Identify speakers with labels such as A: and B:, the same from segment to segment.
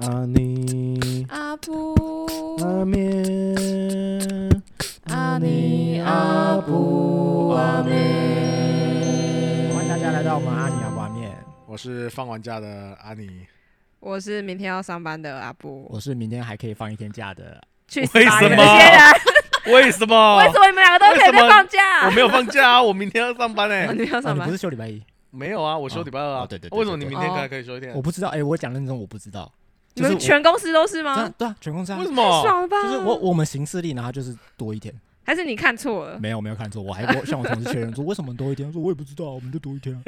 A: 阿尼
B: 阿布
A: 阿面，
B: 阿尼阿布阿妹，
A: 欢迎大家来到我们阿尼阿布阿面，
C: 我是放完假的阿尼，
B: 我是明天要上班的阿布。
D: 我是明天还可以放一天假的，
B: 去死
C: 为
B: 吧
C: 什
B: 你们
C: 么哦
B: 这些人！
C: 为什么
B: 为什么你们两个都可以在放假？
C: 我没有放假啊，我明天要上班哎、
B: 哦 你们要
D: 哦
B: 上
D: 你不
B: 班
D: 是？休礼拜一？
C: 没有啊，我休礼拜二啊。
D: 哦对对对
C: 为什么你明天
B: 对
C: 还可以休一天？
D: 我不知道，哎，我讲认真，我不知道。
B: 你
D: 就是
B: 们
D: 我
B: 全公司都是
D: 对啊
B: 吗？
D: 对啊，全公司啊
C: 为，什么？
B: 爽了吧？
D: 就是我我们行事历，然后就是多一天，
B: 还是你看错了？
D: 没有没有看错，我还我向我同事确认说为什么多一天，我说我也不知道，我们就多一天啊，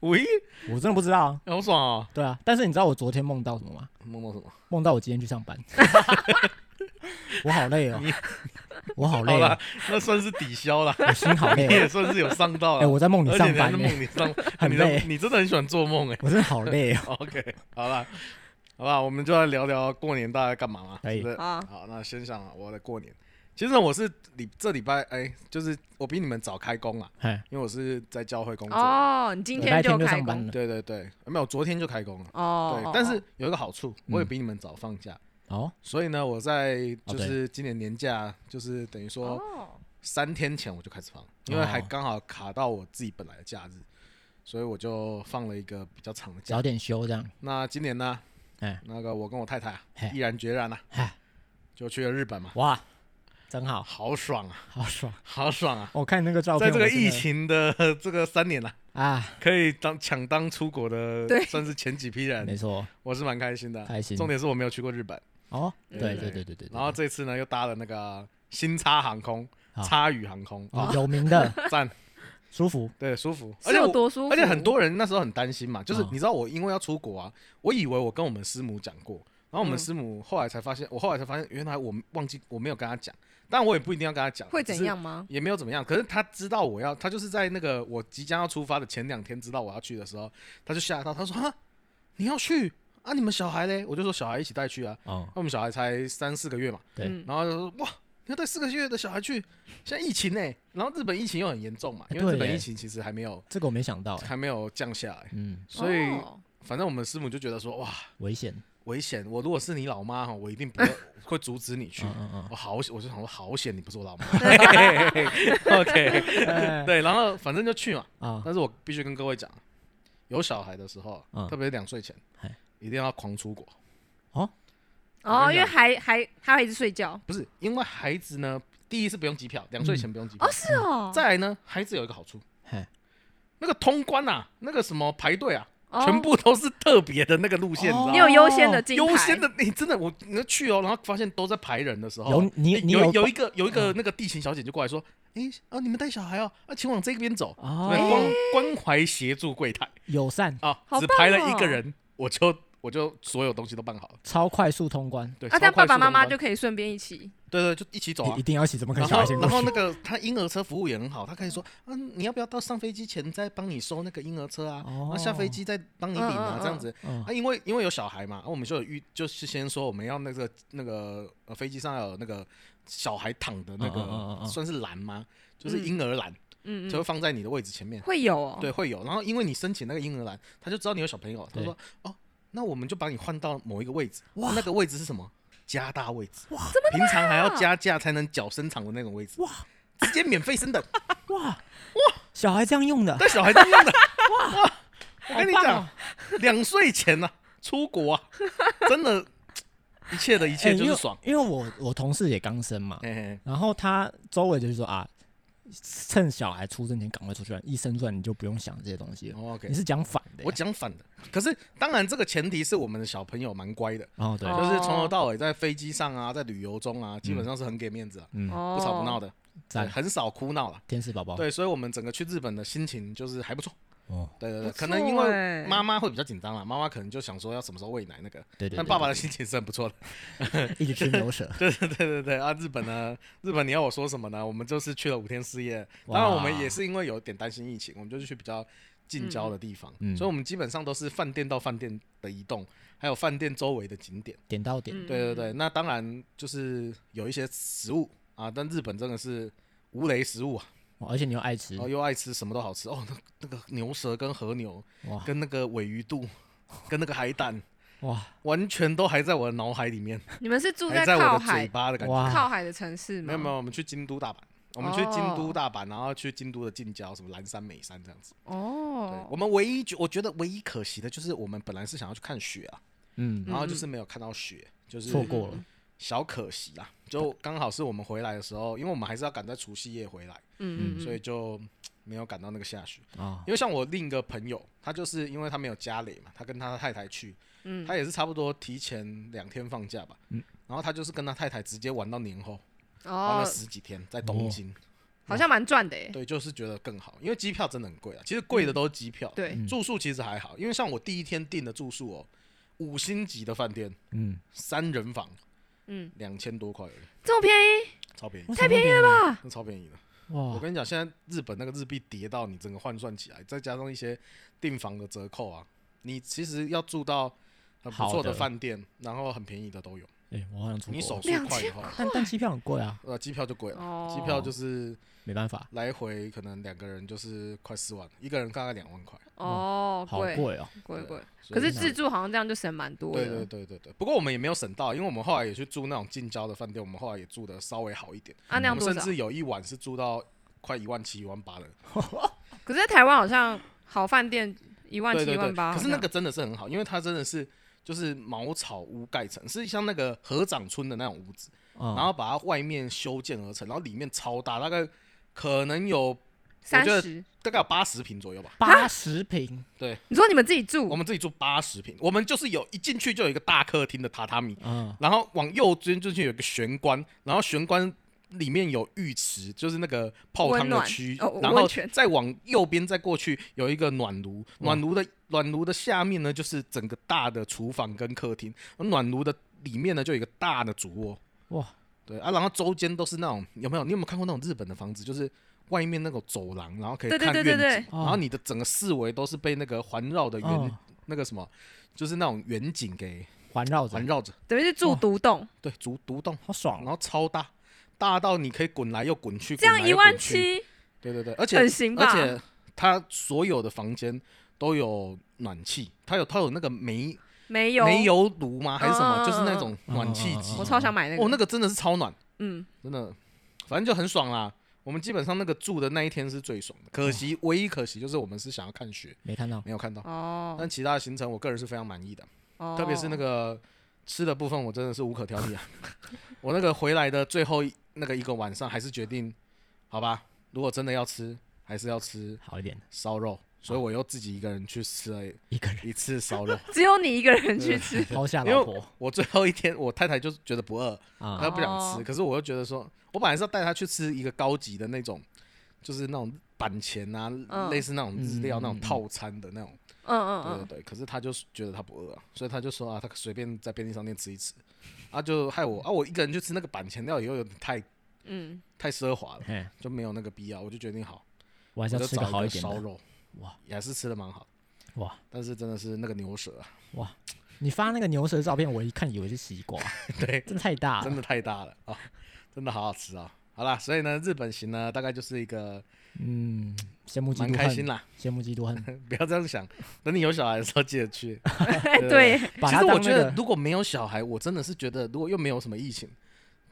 C: 喂，
D: 我真的不知道啊。
C: 好爽啊！
D: 对啊，但是你知道我昨天梦到什么吗？
C: 梦到什么？
D: 梦到我今天去上班， 我好累哦
C: 你，
D: 我好
C: 好
D: 累哦
C: 了，，那算是抵 消了，
D: 我心好
C: 你
D: 累
C: 也
D: 哦，
C: 算是有上到
D: 哎，
C: 了。
D: 我在梦里
C: 而且
D: 上
C: 你还
D: 班
C: 是
D: 耶，
C: 梦里上，
D: 很
C: 你的
D: 累
C: 你真的很喜欢做梦哎、
D: 我真的好累哦。
C: OK，好了，好吧，我们就来聊聊过年大概干嘛嘛，
D: 可以
C: 是不是？
B: 好啊
C: 好，那先想我的过年。其实我是礼这礼拜哎、就是我比你们早开工啊，
D: 哎，
C: 因为我是在教会工作。
B: 哦，你今
D: 礼拜
B: 天
D: 天就
B: 开
D: 上班
B: 工
D: 了，
C: 对对对，没有，昨天就开工了。
B: 哦。哦
C: 对，但是
B: 哦
C: 有一个好处，我也比你们早放假，
D: 哦，
C: 所以呢，我在
D: 嗯哦
C: 就
D: 对
C: 是今年年假，就是等于说
B: 哦，
C: 三天前我就开始放，因为还
D: 哦
C: 刚好卡到我自己本来的假日，所以我就放了一个比较长的假
D: 早。点休这样，
C: 那今年呢
D: 哎，
C: 那个我跟我太太啊
D: 嘿
C: 毅然决然啊
D: 嘿，
C: 就去了日本嘛，
D: 哇，真好，
C: 好爽啊，
D: 好爽。
C: 好爽啊！
D: 我看那个照
C: 在
D: 片，
C: 这
D: 我
C: 个
D: 真的
C: 疫情的 这个三年啊，
D: 啊，
C: 可以当抢当出国的
B: 对，
C: 算是前几批
D: 没
C: 人，
D: 错，
C: 我是蛮开心的啊。
D: 开心。
C: 重点是我没有去过日本。
D: 哦，
C: 对
B: 嗯
D: 对
C: 对
D: 对对对对。
C: 然后这次呢，又搭了那个新叉航空、
D: 好
C: 叉宇航空，
D: 哦有名 的
C: 赞，
D: 舒服，
C: 对，舒服，而
B: 是
C: 且
B: 有
C: 我
B: 多舒服？
C: 而且很多人那时候很担心嘛，就是
D: 嗯
C: 你知道我因为要出国啊，我以为我跟我们师母讲过，然后我们
B: 嗯
C: 师母后来才发
D: 嗯
C: 现，我后来才发现原来我忘记我没有跟她讲，但我也不一定要跟她讲，啊
B: 会
C: 只
B: 怎
C: 是
B: 样吗？
C: 也没有怎么样，可是他知道我要，他就是在那个我即将要出发的前两天知道我要去的时候，他就吓到，他说：“哈，你要去啊？你们小孩嘞？”我就说：“小孩一起带去啊。”
D: 哦
C: 那我们小孩才三四个月嘛，
D: 对
B: 嗯
C: 然后就说：“哇，你要带四个月的小孩去，现在疫情呢、欸然后日本疫情又很严重嘛，
D: 哎
C: 因为日
D: 对
C: 本
D: 耶
C: 疫情其实还没有
D: 这个我没想 到，哎
C: 还没有降下来，
D: 嗯，
C: 所以
B: 哦
C: 反正我们师母就觉得说：哇，
D: 危险，
C: 危险！我如果是你老妈哈，我一定不会 会阻止你去
D: 嗯。嗯
C: 我好，我就想说好险，你不是我 老妈。
B: 对
C: OK，
D: 嗯，
C: 对，然后反正就去嘛。
D: 啊，
C: 但是我必须跟各位讲，有小孩的时候，
D: 嗯
C: 特别是两岁前
D: 嗨，
C: 一定要狂出国。
B: 哦，因为还还他会一直睡觉。
C: 不是因为孩子呢，第一是不用机票，两岁前不用机票
B: 哦，。是哦，
C: 再来呢，孩子有一个好处
D: 嘿，
C: 那个通关啊，那个什么排队啊，
B: 哦
C: 全部都是特别的那个路线，
D: 哦
C: 你
B: 你
C: 知道
B: 有
C: 吗？
B: 优先的进
C: 优
B: 排
C: 先的，你真的我你去哦，然后发现都在排人的时候，
D: 有你
C: 诶
D: 你
C: 有
D: 有嗯
C: 一个有一个那个地勤小姐就过来说，哎啊，你们带小孩哦，啊，请往这边走，对
D: 哦，
C: 关关怀协助柜台
D: 友善，
C: 啊，
B: 好
C: 只
B: 棒
C: 排了一个
B: 哦
C: 人，我就我就所有东西都办好了，
D: 超快速通关，
C: 对，
B: 啊，
C: 超
B: 但爸
C: 快
B: 爸
C: 速
B: 妈
C: 通
B: 妈
C: 关
B: 就可以顺便一起。
C: 对对，就一起走啊
D: 一一。定要一起， 怎么可
C: 然
D: 能小孩
C: 后，
D: 先过
C: 然后
D: 去
C: 那？个他婴儿车服务也很好，他可以说，嗯、你要不要到上飞机前再帮你收那个婴儿车啊？然后下飞
D: 哦
C: 机再帮你领
B: 嗯
C: 啊，
B: 嗯
C: 这样子。
D: 嗯
C: 啊，因为因为有小孩嘛，啊、我们就有预，就是先说我们要那个那个呃飞机上要有那个小孩躺的那个、
D: 嗯嗯嗯嗯嗯
C: 算是篮吗？就是
B: 嗯
C: 婴儿篮，
B: 嗯
C: 就会
B: 嗯，
C: 放在你的位置前面。
B: 会有哦。
C: 对，会有。然后因为你申请那个婴儿篮，他就知道你有小朋友，他
D: 对
C: 说哦，那我们就把你换到某一个位置。哇，那个位置是什么？加大位置。哇，平常还要
D: 啊
C: 加价才能缴身长的那种位置。哇，直接免费升等，
D: 哇哇，小孩这样用的，
C: 对小孩这样的。哇，我跟你
D: 好棒
C: 讲
D: 哦，，
C: 两岁前呢、出国啊，真的，一切的一切
D: 哎
C: 就是爽。嗯
D: 因为因为我我同事也刚生嘛，
C: 嘿嘿
D: 然后他周围就是说啊，趁小孩出生前赶快出去玩，一生出来你就不用想这些东西了。
C: 哦，OK，
D: 你是讲反的耶，
C: 我讲反的。可是当然，这个前提是我们的小朋友蛮乖的，
D: 哦对，
B: 哦
C: 就是从头到尾在飞机上啊，在旅游中啊，基本上是很给面子啊，
D: 嗯，
B: 哦，
C: 不吵不闹的，对
D: 赞，哦
C: 很少哭闹了。
D: 天使宝宝，
C: 对，所以我们整个去日本的心情就是还不错。
D: 哦，
C: 对对
B: 不
C: 对，
B: 错
C: 可能因为
D: 哎
B: 欸
C: 妈妈会比较紧张啦，妈妈可能就想说要什么时候喂奶那个，
D: 对对，
C: 但
D: 对
C: 爸爸的心情是很不错的。
D: 一直吃牛舌，
C: 对对对对对啊！日本呢，日本你要我说什么呢？我们就是去了五天四夜，当
D: 哇
C: 然我们也是因为有点担心疫情，我们就是去比较近郊的地方，
D: 嗯嗯
C: 所以我们基本上都是饭店到饭店的移动，还有饭店周围的景点。
D: 点到点，
B: 嗯
C: 对对对，那当然就是有一些食物啊，但日本真的是无雷食物啊，
D: 哇而且你又爱
C: 哦
D: 吃
C: 然，后又爱吃，什么都好吃哦。那那个牛舌跟和牛
D: 哇，
C: 跟那个尾鱼肚，跟那个海胆
D: 哇
C: 完全都还在我的脑海里面，
B: 嗯你们是住
C: 还在我
B: 靠
C: 的嘴
B: 海
C: 巴的感觉。
D: 哇，
B: 靠海的城市吗？
C: 没有没有，我们去京都、大阪，我们去京
B: 哦
C: 都、大阪，然后去京都的近郊，什么岚山、美山这样子。对，
B: 哦
C: 我，们唯一觉我觉得唯一可惜的就是我们本来是想要去看雪啊，
D: 嗯，
C: 然后就是没有看到雪，就是
D: 错过
C: 嗯
D: 了，
C: 小可惜啊。就刚好是我们回来的时候，因为我们还是要赶在除夕夜回来，
B: 嗯嗯
C: 所
B: 嗯，
C: 以就没有赶到那个下雪。
D: 啊，
C: 因为像我另一个朋友，他就是因为他没有家里嘛，他跟他的太太去，
B: 嗯
C: 他也是差不多提前两天放假吧，
D: 嗯
C: 然后他就是跟他太太直接玩到年后，玩了
B: 哦，嗯
C: 十几天在东京，
B: 好像蛮赚的诶。
C: 对，就是觉得更好，因为机票真的很贵啊，其实贵的都是机票，
B: 对，
D: 嗯
C: 住宿其实还好，因为像我第一天订的住宿哦，五星级的饭店，
D: 嗯，
C: 三人房，
B: 嗯，
C: 两千多块而已，
B: 这么便宜，
C: 超便宜，
D: 太便宜了吧？
C: 那超便宜的。我
D: 哇，
C: 跟你讲，现在日本那个日币跌到你整个换算起来，再加上一些订房的折扣啊，你其实要住到很不错
D: 好
C: 的
D: 的
C: 饭店，然后很便宜的都有。
D: 哎，我好想出
C: 你手
D: 国，
C: 速快以后，
D: 但但机票很贵啊，
C: 呃，机票就贵了，
B: 哦
C: 机票就是
D: 没办法，
C: 来回可能两个人就是快四万，一个人大概两万块。
B: 哦，
D: 好
B: 贵
D: 贵哦，
B: 贵
C: 对
B: 贵，
C: 所
B: 可
C: 以
B: 是自助好像这样就省蛮多
C: 对对
B: 的。
C: 对对对，不过我们也没有省到，因为我们后来也去住那种近郊的饭店，我们后来也住的稍微好一点，
B: 啊，那
C: 我
B: 样
C: 们
B: 多
C: 甚
B: 少？
C: 至有一晚是住到快一万七、一万八的，
B: 可是在台湾好像好饭店一万
C: 对
B: 七
C: 对
B: 一
C: 对
B: 万八，
C: 可是
B: 好
C: 那
B: 像
C: 个真的是很好，因为它真的是就是茅草屋盖成，是像那个河长村的那种屋子，
D: 嗯，
C: 然后把它外面修建而成，然后里面超大，大概可能有
B: 三
C: 觉得
B: 十。
C: 大概有八十平左右吧。
D: 八十平，
B: 你说你们自己住
C: 我？们自己住八十平，我们就是有一进去就有一个大客厅的榻榻米，
D: 嗯，
C: 然后往右边就是有一个玄关，然后玄关里面有浴池，就是那个泡汤
B: 温
C: 的
B: 暖
C: 区，
B: 哦
C: 然后
B: 温泉嗯
C: 再往右边再过去有一个暖炉，暖炉的暖炉的下面呢就是整个大的厨房跟客厅，暖炉的里面呢就有一个大的主卧，
D: 哇，
C: 对啊，然后周间都是那种有没有？你有没有看过那种日本的房子，就是外面那个走廊，然后可以
B: 对对
C: 看
B: 对
C: 院
B: 对
C: 子，
B: 对，
C: 然后你的整个四围都是被那个环绕的远
D: 嗯
C: 那个什么，就是那种远景给
D: 环绕着
C: 环，绕着，
B: 等于是住独栋，
C: 对，竹独栋。
D: 好爽
C: 然
D: 哦，
C: 后超大，大到你可以滚来又滚去，
B: 这样
C: 滚来
B: 一
C: 又滚
B: 万
C: 去，
B: 七
C: 对对对，而且
B: 很行吧
C: 而？且它所有的房间都有暖气，它有它有那个煤
B: 没有，
C: 煤，油炉吗？还是什么？
B: 嗯
C: 就是那
B: 嗯
C: 种暖气机，
D: 嗯嗯嗯
B: 我超想买那
C: 哦，那
B: 个，
C: 个真的是超暖，
B: 嗯，
C: 真的，反正就很爽啦。我们基本上那个住的那一天是最爽的，可
D: 哦
C: 惜唯一可惜就是我们是想要看雪，
D: 没看到，
C: 没有看到。
B: 哦
C: 但其他的行程我个人是非常满意的，
B: 哦，
C: 特别是那个吃的部分，我真的是无可挑剔啊。 我那个回来的最后一那个一个晚上，还是决定，好吧，如果真的要吃，还是要吃
D: 好一点，
C: 烧肉，所以我又自己一个人去吃了
D: 一个人
C: 一次烧肉。
B: 只有你一个人去吃，
D: 抛下
C: 因为
D: 老婆
C: 我最后一天，我太太就是觉得不饿，她
D: 啊，
C: 不想
B: 哦
C: 吃，可是我又觉得说，我本来是要带她去吃一个高级的那种，就是那种板前啊，
B: 嗯
C: 类似那种日
D: 嗯
C: 料
D: 嗯
C: 那种
D: 嗯
C: 套餐的那种，
B: 嗯嗯
C: 对对
B: 嗯，
C: 对，可是他就是觉得他不饿啊，所以他就说啊，他随便在便利商店吃一吃，啊就害我啊我一个人去吃那个板前料也有点太
B: 嗯，
C: 太奢华了，
D: 嘿，
C: 就没有那个必要，我就决定好，
D: 我还
C: 我
D: 是
C: 就
D: 要吃个
C: 找
D: 好
C: 一
D: 一
C: 个
D: 点
C: 烧
D: 的，
C: 肉，
D: 哇
C: 也是吃的蛮好，
D: 哇，
C: 但是真的是那个牛舌、啊，
D: 你发那个牛舌的照片，我一看以为是西瓜，
C: 对，
D: 真的太大
C: 真
D: 了，
C: 的太大了啊，真的好好吃啊。好啦，所以呢，日本行呢，大概就是一个
D: 嗯，羡慕嫉
C: 蛮
D: 妒
C: 开心
D: 恨，
C: 啦。
D: 羡慕嫉妒恨，
C: 不要这样想，等你有小孩的时候记得去。
B: 哎
C: 对
B: 对，
D: 把
C: 其
D: 它
C: 实我
D: 当
C: 觉
D: 那
C: 得，
D: 个
C: 如果没有小孩，我真的是觉得，如果又没有什么疫情，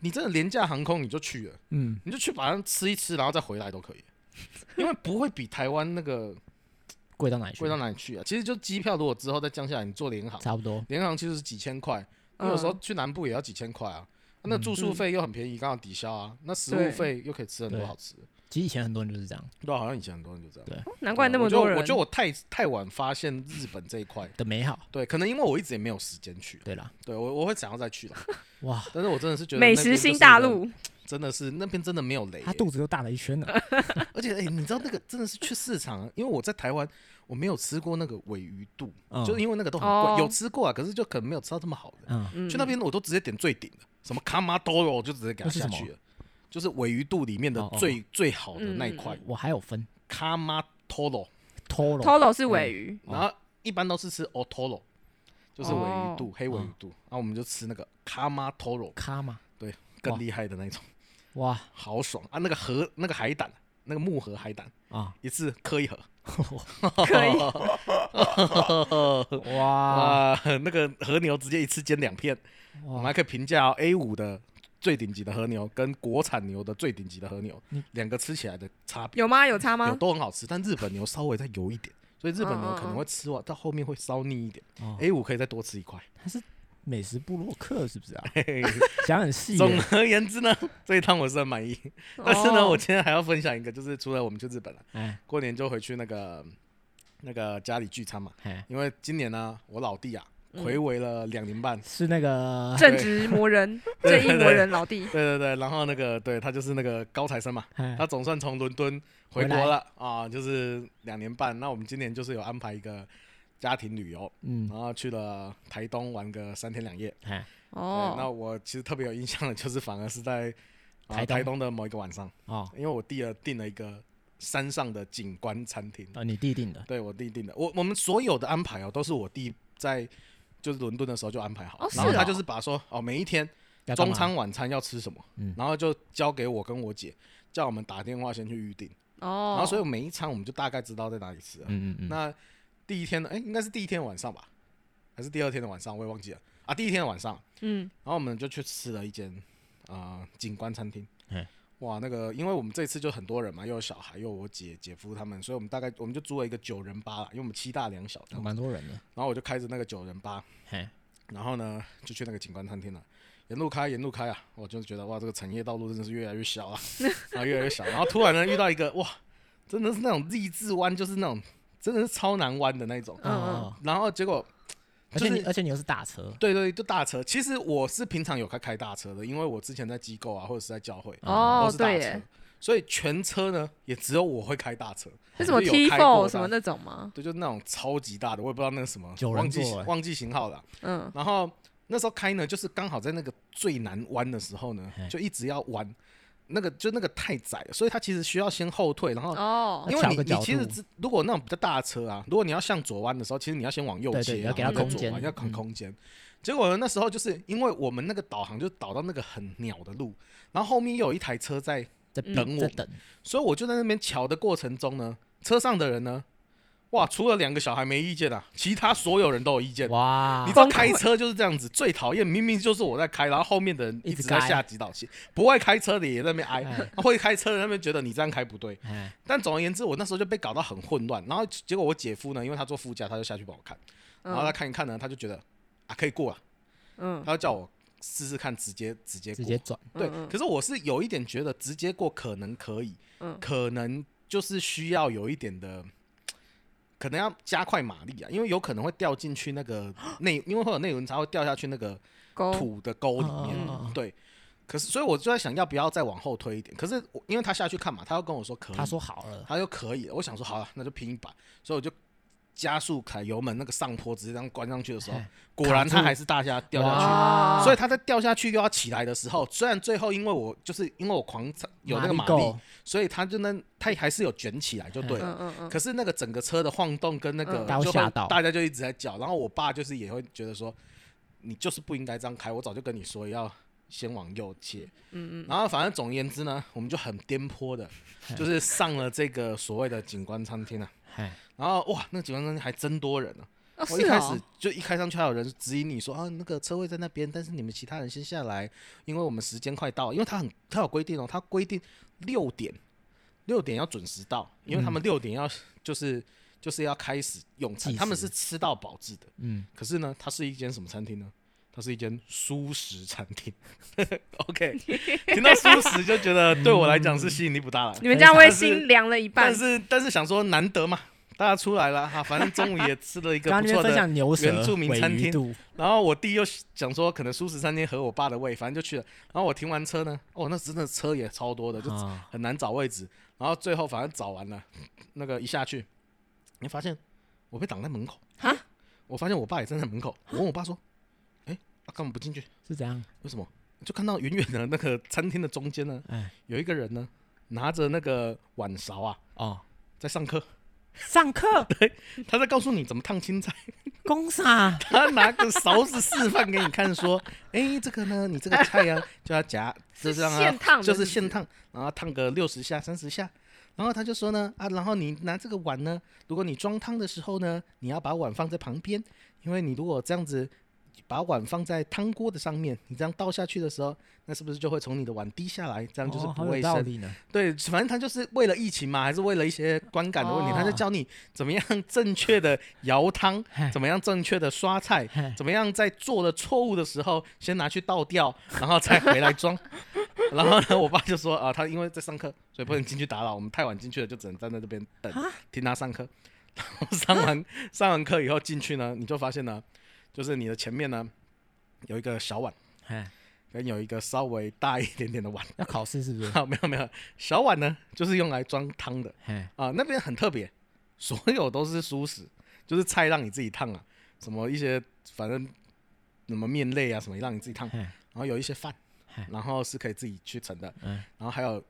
C: 你真的廉价航空你就去了。
D: 嗯，
C: 你就去把它吃一吃，然后再回来都可以，因为不会比台湾 那个
D: 贵到哪里去？
C: 贵到哪里去啊。其实就机票，如果之后再降下来，你坐联航，
D: 差不多，
C: 联航其实是几千块，你有时
B: 嗯
C: 候去南部也要几千块啊。那住宿费又很便宜，刚好抵消啊。那食物
B: 对
C: 费又可以吃很多好吃的，
D: 其实以前很多人就是这样，
C: 对啊，好像以前很多人就这样。啊
B: 难怪那么
C: 我觉得
B: 多人。
C: 我觉得我太太晚发现日本这一块，
D: 的美好，
C: 对，可能因为我一直也没有时间去，
D: 对啦，
C: 对我我会想要再去了。
D: 哇，
C: 但是我真的是觉得
B: 美
C: 那边
B: 食
C: 就是
B: 新大
C: 一个，
B: 陆，
C: 真的是那边真的没有雷耶、
D: 他肚子都大了一圈 了，
C: 而且哎、欸你知道那个真的是去市场啊，因为我在台湾我没有吃过那个尾鱼肚，
D: 嗯
C: 就是因为那个都很贵，
B: 哦
C: 有吃过啊，可是就可能没有吃到这么好的。
D: 嗯，
B: 嗯
C: 去那边我都直接点最顶的，什么卡玛多肉就直接给它
D: 那是
C: 下
D: 什么
C: 去了，就是尾鱼肚里面的
D: 哦哦
C: 最、最好的那一
B: 嗯嗯嗯
C: 块
D: 我还有分
C: 卡玛多肉，
D: 托罗，
B: Tolo 是尾鱼，
D: 哦
C: 然后一般都是吃 o t o r o 就是尾鱼
B: 哦
C: 肚、黑尾鱼
D: 嗯
C: 肚，然后我们就吃那个卡玛多肉
D: 卡嘛，
C: 更
D: 哇
C: 厉害的那种，
D: 哇，
C: 好爽啊！那个河那个海胆那个木盒海胆，
D: 啊，
C: 一次磕一盒，嗯
B: 可 以
D: 哇
C: 啊、 那个和牛直接一次煎两片，我们还可以评价、哦、A 五的最顶级的和牛跟国产牛的最顶级的和牛
D: 你，
C: 两个吃起来的差别
B: 有吗？有差
C: 有
B: 吗？哦
C: 都很好吃，但日本牛稍微再油一点，所以日本牛可
B: 嗯
C: 能
B: 嗯嗯
C: 会吃完到后面会稍腻一点。
D: 哦
C: A 五可以再多吃一块。
D: 他是美食部落客是不是啊？
C: 嘿嘿
D: 讲很细
C: 总
D: 耶，
C: 而言之呢， 这一趟我是很满意。 但是呢，
B: 哦
C: 我今天还要分享一个，就是除了我们去日本了、啊
D: 哎
C: 过年就回去那个那个家里聚餐嘛。
D: 哎，
C: 因为今年呢，我老弟啊，
B: 嗯
C: 暌违了两年半。
D: 是那个
B: 正直磨人，
C: 对
B: 正义磨人老弟，
C: 对对对，然后那个对他就是那个高材生嘛，
D: 哎
C: 他总算从伦敦回
D: 回
C: 国
D: 来
C: 了啊，就是两年半。那我们今年就是有安排一个家庭旅游，
D: 嗯
C: 然后去了台东玩个三天两夜。
D: 哎
C: 对，那
B: 哦，
C: 我其实特别有印象的，就是反而是在、啊
D: 台东
C: 台东的某一个晚上，
D: 哦
C: 因为我弟儿订了一个山上的景观餐厅，
D: 啊，你弟定的
C: 对我弟订的，我我们所有的安排哦，都是我弟在就是伦敦的时候就安排好，
B: 哦
C: 然后
B: 是
C: 他
B: 哦
C: 就是把说哦每一天
D: 要干
C: 中
D: 嘛
C: 餐晚餐要吃什么，
D: 嗯
C: 然后就交给我跟我姐，叫我们打电话先去预定，然后
B: 哦，
C: 所以每一餐我们就大概知道在哪里吃了。
D: 嗯嗯嗯，
C: 那第一天呢，哎、应该是第一天晚上吧，还是第二天的晚上，我也忘记了啊，第一天的晚上。
B: 嗯，
C: 然后我们就去吃了一间啊景观餐厅
D: 嘿。
C: 哇，那个因为我们这次就很多人嘛，又有小孩，又有我姐姐夫他们，所以我们大概我们就租了一个九人吧啦，因为我们七大两小这
D: 哦
C: 样。
D: 蛮多人的，
C: 然后我就开着那个九人吧，
D: 嘿，
C: 然后呢就去那个景观餐厅了。沿路开，沿路开啊！我就觉得哇，这个产业道路真的是越来越小啊， 啊越来越小。然后突然呢遇到一个哇，真的是那种励志弯，就是那种真的是超难弯的那种。
B: 嗯
D: 哦，
C: 然后结果
D: 而
C: 就
D: 且你
C: 是
D: 而且你又是大车，
C: 对对，就大车。其实我是平常有开开大车的，因为我之前在机构啊，或者是在教会，
B: 哦
C: 啊都是大
B: 对
C: 车
B: 耶，
C: 所以全车呢也只有我会开大车。
B: 是什么
C: 我就
B: T
C: 有开过
B: four
C: 的
B: 什么那种吗？
C: 对，就那种超级大的，我也不知道那个什么
D: 九，人
C: 忘记
D: 座哎
C: 忘记型号了啊。
B: 嗯，
C: 然后那时候开呢，就是刚好在那个最难弯的时候呢
D: 嘿，
C: 就一直要弯，那个就那个太窄了，所以它其实需要先后退，然后
B: 哦，
C: 因为
D: 调
C: 你
D: 个
C: 你
D: 角
C: 其实
D: 度
C: 知如果那种比较大的车啊，如果你要向左弯的时候，其实你要先往右
D: 对对
C: 切，
D: 要给
C: 然
B: 它
C: 后再
B: 空
C: 左
D: 间
C: 弯要看
D: 嗯
C: 空间。结果呢那时候就是因为我们那个导航就导到那个很鸟的路，然后后面又有一台车在，
D: 在
B: 嗯
D: 等
C: 等
D: 在
C: 我
D: 等，
C: 所以我就在那边瞧的过程中呢，车上的人呢，哇，除了两个小孩没意见啊，其他所有人都有意见。
D: 哇
C: 你知道
B: 崩溃
C: 开车就是这样子，最讨厌明明就是我在开，然后后面的人
D: 一
C: 一
D: 直
C: 直在
D: 开
C: 下指导棋，不会开车的也在那边挨，
D: 哎
C: 会开车的那边觉得你这样开不对。
D: 哎
C: 但总而言之，我那时候就被搞到很混乱。然后结果我姐夫呢，因为他坐副驾，他就下去帮我看，然后他
B: 嗯
C: 看一看呢，他就觉得啊可以过了，
B: 嗯，
C: 他就叫我试试看，直接直接
D: 直
C: 过。
D: 接转，
C: 对，
B: 嗯嗯
C: 可是我是有一点觉得直接过可能可以，
B: 嗯
C: 可能就是需要有一点的。可能要加快马力啊，因为有可能会掉进去那个内， 因为会有内轮差会掉下去那个
B: 勾，
C: 土的沟里面。
D: 嗯嗯嗯嗯
C: 对，可是所以我就在想要不要再往后推一点。可是我因为他下去看嘛，他又跟我说可以，
D: 他说好了，
C: 他就可以了。我想说好了，那就拼一把，所以我就加速踩油门，那个上坡直接这样关上去的时候
D: 哎，
C: 果然
D: 卡
C: 他
D: 住
C: 还是大下掉下去。
B: 哇
C: 所以他在掉下去又要起来的时候，虽然最后因为我就是因为我狂踩有那个马力
D: 够，
C: 所以他就能他还是有卷起来就对
B: 嗯
C: 了。
B: 嗯嗯，
C: 啊可是那个整个车的晃动跟那个
B: 嗯
D: 大家会
C: 就
D: 吓
C: 会
D: 到
C: 大家就一直在叫，然后我爸就是也会觉得说，你就是不应该这样开，我早就跟你说要先往右切，嗯嗯，然后反正总而言之呢，我们就很颠 簸的，就是上了这个所谓的景观餐厅啊，
D: 哎
C: 然后哇，那个景观餐厅还真多人啊呢、
B: 哦
C: 我一
B: 是
C: 开
B: 哦
C: 始，就一开上去，还有人指引你说啊，那个车位在那边，但是你们其他人先下来，因为我们时间快到，因为他很他有规定哦，他规定六点六点要准时到，因为他们六点要就是、就是要开始用
D: 嗯
C: 餐，
D: 计
C: 他们
D: 时
C: 是吃到饱制的。
D: 嗯，
C: 可是呢，它是一间什么餐厅呢？它是一间素食餐厅。OK，听 到素食就 觉
D: 嗯
C: 得对我来讲是吸引力不大了。
B: 你们家微
C: 但是
B: 心凉了一半
C: 但，是但是想说难得嘛，大家出来了哈、反正中午也吃了一 个
D: 刚刚
C: 不
D: 那边
C: 错
D: 分
C: 的。
D: 享牛舌、
C: 原住民
D: 尾
C: 餐
D: 鱼
C: 厅
D: 肚
C: 然后我弟又想说可能素食餐厅合我爸的胃，反正就去了。然后我停完车呢，哦，那真的车也超多的，就
D: 啊，
C: 很难找位置。然后最后反正找完了，那个一下去，你发现我被挡在门口
B: 哈，
C: 我发现我爸也站在门口。我问我爸说：“哎、啊干嘛不进去？
D: 是怎样？
C: 为什么？”就看到远远的那个餐厅的中间呢，
D: 哎
C: 有一个人呢拿着那个碗勺啊，
D: 哦，
C: 在上课，
D: 上 课
C: 他在告诉你怎么烫青菜。
D: 公啊啥？
C: 他拿个勺子示范给你看，说：“哎、这个呢，你这个菜啊，就要夹，就是这样
B: 现烫
C: 啊，
B: 的
C: 就是
B: 是不
C: 现烫，然后烫个六十下、三十下。”然后他就说呢，啊，然后你拿这个碗呢，如果你装汤的时候呢，你要把碗放在旁边，因为你如果这样子把碗放在汤锅的上面，你这样倒下去的时候，那是不是就会从你的碗滴下来？这样就是
D: 哦
C: 不
D: 好有
C: 卫
D: 道
C: 生。
D: 理呢。
C: 对，反正他就是为了疫情嘛，还是为了一些观感的问题，他就
D: 哦
C: 教你怎么样正确的舀汤
D: 嗨，
C: 怎么样正确的刷菜
D: 嗨，
C: 怎么样在做的错误的时候先拿去倒掉，然后再回来装。 然后呢，我爸就说啊、他因为在上课，所以不能进去打扰，我们太晚进去了，就只能站在这边等
D: 啊，
C: 听他上课。 然后上完上完课以后进去呢，你就发现呢，就是你的前面呢有一个小碗，
D: 哎，
C: 跟有一个稍微大一点点的碗。
D: 要考试是不是？
C: 啊，没有没有，小碗呢就是用来装汤的
D: 哎，
C: 啊、那边很特别， 所有都是熟食，就是菜让你自己烫啊，什么一些反正什么面类啊什么让你自己烫，
D: 嘿
C: 然后有一些饭
D: 嘿，
C: 然后是可以自己去盛的，
D: 嗯
C: 然后还有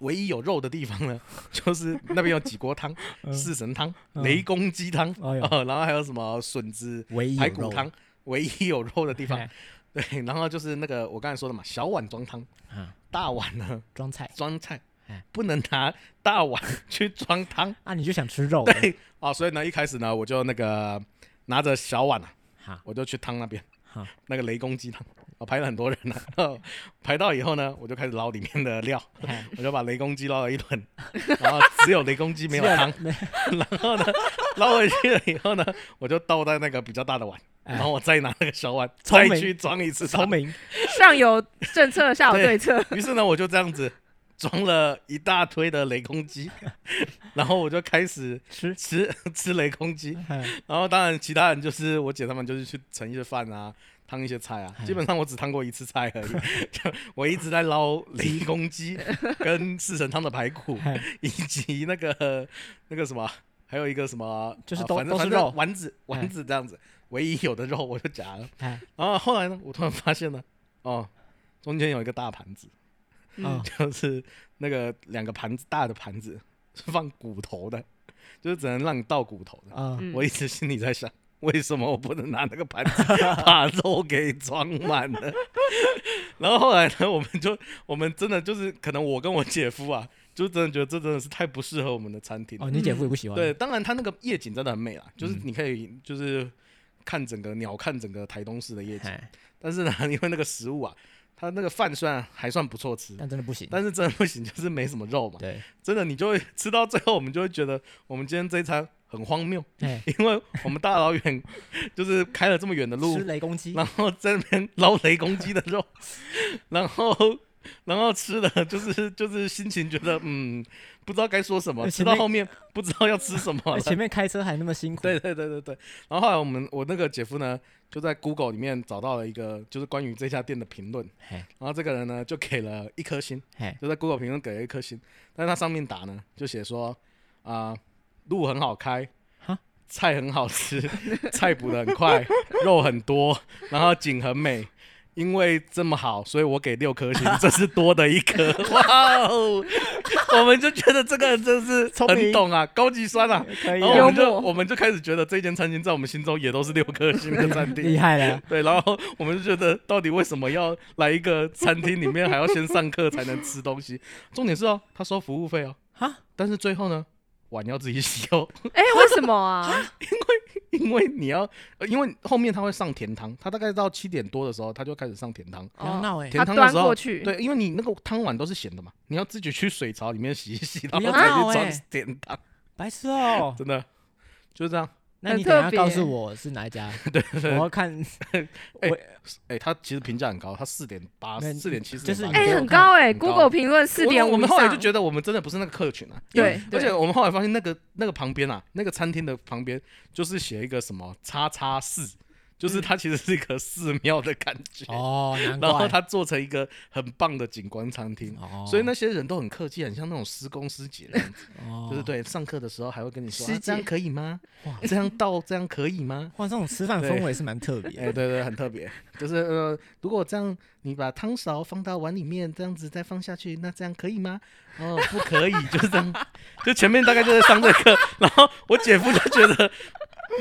C: 唯一有肉的地方呢， 就是那边有几 锅汤，四神汤、雷公鸡汤，
D: 嗯哎 呦
C: 啊然后还有什么笋子
D: 唯一有
C: 排骨
D: 肉
C: 汤，唯一有肉的地方
D: 嘿，
C: 对，然后就是那个我刚才说的嘛，小碗装汤
D: 啊，
C: 大碗呢
D: 装菜
C: 装菜
D: 哎，
C: 不能拿大碗去装汤。
D: 啊，你就想吃肉？
C: 对，啊，所以呢，一开始呢，我就那个拿着小碗啊，
D: 好，
C: 我就去汤那边
D: 好，
C: 那个雷公鸡汤，我排了很多人呢、啊， 排到以后呢，我就开始捞里面的 料，
D: 哎
C: 我就把雷公鸡捞了一盆，然后只有雷公 鸡没有
D: 啊
C: 汤，然后呢，捞回去了以后呢，我就倒在那个比较大的碗，
D: 哎
C: 然后我再拿那个小碗
D: 聪
C: 再
D: 明
C: 去装一次汤
D: 聪。明，
B: 上有政策，下有对 策，
C: 于是呢，我就这样子装了一大堆的雷公鸡， 然后我就开始
D: 吃
C: 吃 吃雷公鸡。
D: 哎
C: 然后当然，其他人就是我姐他们就是去盛一些饭啊，烫一些菜
D: 嗯
C: 啊。基本上我只烫过一次菜 而已，就我一直在捞雷公鸡跟四神汤的排骨，以及那个那个什么，还有一个什么，
D: 就是
C: 啊
D: 都
C: 反
D: 都
C: 正
D: 是
C: 反正
D: 肉
C: 丸子
D: 哎
C: 丸子这样子，唯一有的肉我就夹了。
D: 哎，
C: 然后后来呢，我突然发现呢，哦，中间有一个大盘子。
D: 嗯，
C: 就是那个两个盘子大的盘子是放骨头的，就是只能让你倒骨头的。
D: 啊，
B: 嗯
C: 我一直心里在想，为什么我不能拿那个盘子把肉给装满呢？ 然后后来呢，我们就我们真的就是可能我跟我姐夫啊，就真的觉得这真的是太不适合我们的餐厅了。
D: 哦，你嗯姐夫也不喜欢，
C: 对，，当然它那个夜景真的很美啦，就是你可以就是看整个鸟看整个台东市的夜景，
D: 哎，
C: 但是呢，因为那个食物啊，它那个饭虽然还算不错吃，
D: 但真的不行，
C: 嗯但是真的不行， 就是没什么肉嘛。
D: 对，
C: 真的，你就会吃到最后，我们就会觉得我们今天这一餐很荒谬，
D: 哎，
C: 因为我们大老远就是开了这么远的路
D: 吃，雷公鸡，
C: 然后在那边捞雷公鸡的肉， 然后然后吃的就是就是心情觉得嗯，不知道该说什么，
D: 而且
C: 吃到
D: 那
C: 后面不知道要吃什么
D: 哎
C: 了。
D: 前面开车还那么辛苦，
C: 对对对对对，然后后来我们我那个姐夫呢，就在 Google 里面找到了一个就是关于这家店的评论，
D: 嘿，
C: 然后这个人呢就给了一颗星，
D: 嘿，
C: 就在 Google 评论给了一颗星，但是它上面打呢，就写说啊、路很好开
D: 哈，
C: 菜很好吃， 菜补的很快，肉很多，然后景很美。因为这么好，所以我给六颗星，这是多的一 颗。哇哦，我们就觉得这个人真是
D: 聪明
C: 很懂啊，高级酸啊。
D: 可以
C: 然后
D: 啊
C: 我
B: 幽
C: 们就
B: 默
C: 我们就开始觉得这间餐厅在我们心中也都是六颗星的餐厅
D: 厉。害了，
C: 对，然后我们就觉得，到底为什么要来一个餐厅里面还要先上课才能吃东西？重点是哦，他收服务费哦，
D: 哈，
C: 但是最后呢，碗要自己洗哦，
B: 哎，为什么啊？
C: 因为你要，呃因为后面他会上甜汤，他大概到七点多的时候，他就开始上甜汤。
D: 不要
B: 哦，
D: 闹哎，
C: 甜
B: 他
C: 汤的
B: 端
C: 时候
B: 过，去，
C: 对，因为你那个汤碗都是咸的嘛，你要自己去水槽里面洗一洗，然
D: 不
C: 后
D: 要
C: 再
D: 闹
C: 去
D: 欸
C: 装 甜汤，
D: 白痴 哦，
C: 真的就是这样。
D: 那你
B: 很
D: 等一下
B: 特别
D: 告诉我是哪一 家， 我要看，
C: 哎、他其实评价很高，他四点八、
D: 没
C: 四点七、四
D: 就是
C: 点
D: 你
C: 八。
B: 哎，
D: 对
B: 很高哎
C: 很高
B: ，Google 评论四
C: 我
B: 点五，
C: 我们后来就觉得我们真的不是那个客群啊，因为
B: 对对
C: 而且我们后来发现那个那个旁边啊，那个餐厅的旁边就是写一个什么叉叉寺，就是
B: 嗯
C: 它其实是一个寺庙的感觉，
D: 哦，难
C: 然后
D: 怪，
C: 它做成一个很棒的景观餐厅。
D: 哦，
C: 所以那些人都很客气，很像那种师公师姐那样子，
D: 哦，
C: 就是对上课的时候还会跟你说、
B: 师
C: 啊、这样
B: 姐
C: 可以吗？哇，这样倒这样可以吗？
D: 哇，这种吃饭
C: 对
D: 氛围是蛮特别
C: 哎、
D: 的。
C: 对对，很特别， 就是呃，如果这样，你把汤勺放到碗里面，这样子再放下去，那这样可以吗？哦，不 可以，就是这样，就前面大概就在上这课，然后我姐夫就觉得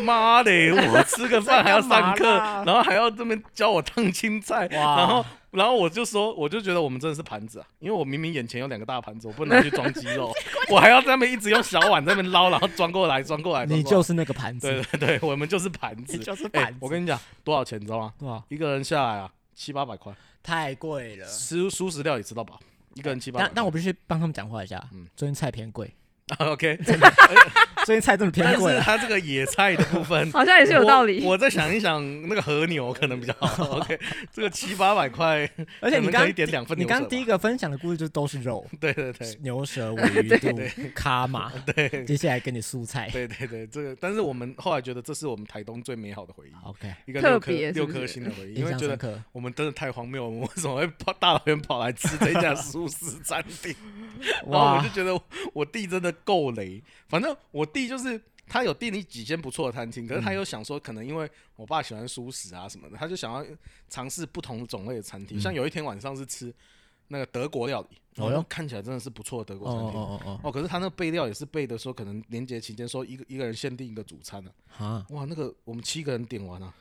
C: 妈的，我吃个饭还要上
D: 在
C: 课，
D: 干嘛啦
C: 然后还要这边教我烫青菜，
D: 哇
C: 然后然后我就说，我就觉得我们真的是盘子啊，因为我明明眼前有两个大盘子，我不能拿去 装鸡肉，我还要在那边一直用小碗在那边捞，然后装过来装过来，
D: 你
C: 装过
D: 就是那个盘
C: 来哎对
D: 子，
C: 对对，我们就是盘 子，
D: 你 就是
C: 哎
D: 盘子
C: 我跟你讲多少钱，你知道吗？
D: 哇，
C: 一个人下来啊，七八百块，
D: 太贵了。
C: 吃素食料理吃到饱，一个人七八百
D: 但
C: 块。
D: 但我必须帮他们讲话一下
C: 嗯，
D: 最近菜偏 贵，
C: OK，
D: 最近菜真的
C: 但
D: 偏贵
C: 是
D: 了。
C: 它这个野菜的部 分
B: 好像也是有道理。
C: 我。我再想一想，那个和牛可能比较 好。OK，这个七八百块，
D: 而且你
C: 可能
D: 刚
C: 可以点两份
D: 你
C: 牛舌吧
D: 刚第一个分享的故事就都是肉，
C: 对对对
D: 牛舌、尾鱼 肚、卡玛，对，接下来给你素菜。
C: 对对对，这个，但是我们后来觉得这是我们台东最美好的回忆，
D: OK，
C: 一个
B: 特
C: 六颗
B: 别是
C: 六
B: 不是
C: 颗星的回忆，因
D: 印
C: 为
D: 象
C: 觉
D: 深
C: 得
D: 刻。
C: 我们真的太荒谬，我们为什么会跑大老远跑来吃这家素食餐 厅？然后我
D: 哇
C: 就，觉得我我弟真的够雷，反正我弟就是他有订了几间不错的餐厅，可是他又想说，可能因为我爸喜欢素食啊什么的，他就想要尝试不同种类的餐厅。像有一天晚上是吃那个德国料理，然
D: 嗯哦
C: 后
D: 哟
C: 看起来真的是不错的
D: 哦
C: 德国餐厅。
D: 哦哦
C: 哦，可是他那个备料也是备的说，可能年节期间说一个一个人限定一个主餐啊，
D: 哦，啊，
C: 哇，那个我们七个人点完啊，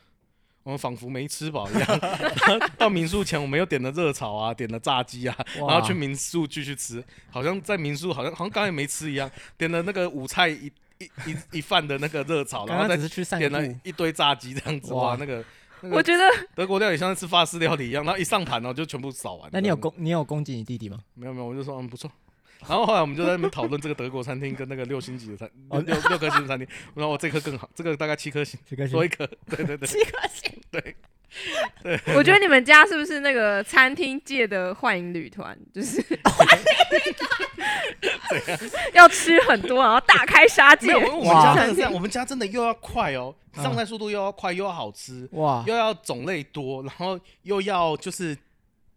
C: 我们仿佛没吃饱一样。 然后到民宿前，我们又点了热炒啊，点了炸鸡啊，然
D: 哇
C: 后去民宿继续吃，好像在民宿好像好像刚才没吃一样，点了那个五菜一一一一饭的那个热炒，然
D: 刚
C: 后
D: 刚只是
C: 再
D: 去散
C: 点
D: 个
C: 了
D: 步，
C: 一堆炸鸡这样子，哇，
D: 哇
C: 那个。那
B: 我
C: 个
B: 觉 得
C: 德国料理像是吃法式料理一样，然后一上盘哦就全部扫完。
D: 那你有
C: 这样
D: 攻你有攻击你弟弟吗？
C: 没有没有，我就说嗯不错。然后后来我们就在那边讨论这个德国餐厅跟那个六星级的餐
D: 哦
C: 六六六颗星的餐厅，然后我哦这颗更好，这个大概七颗星，
D: 这个
C: 多一颗，对对对。
D: 七颗星，
B: 我觉得你们家是不是那个餐厅界的幻影旅团？就是 要吃很多，然后大开杀戒
C: 没。有，我们
D: 哇
C: 家真的这样，我们家真的又要快哦，
D: 嗯
C: 上菜速度又要快，又要好吃，
D: 哇！
C: 又要种类多，然后又要就是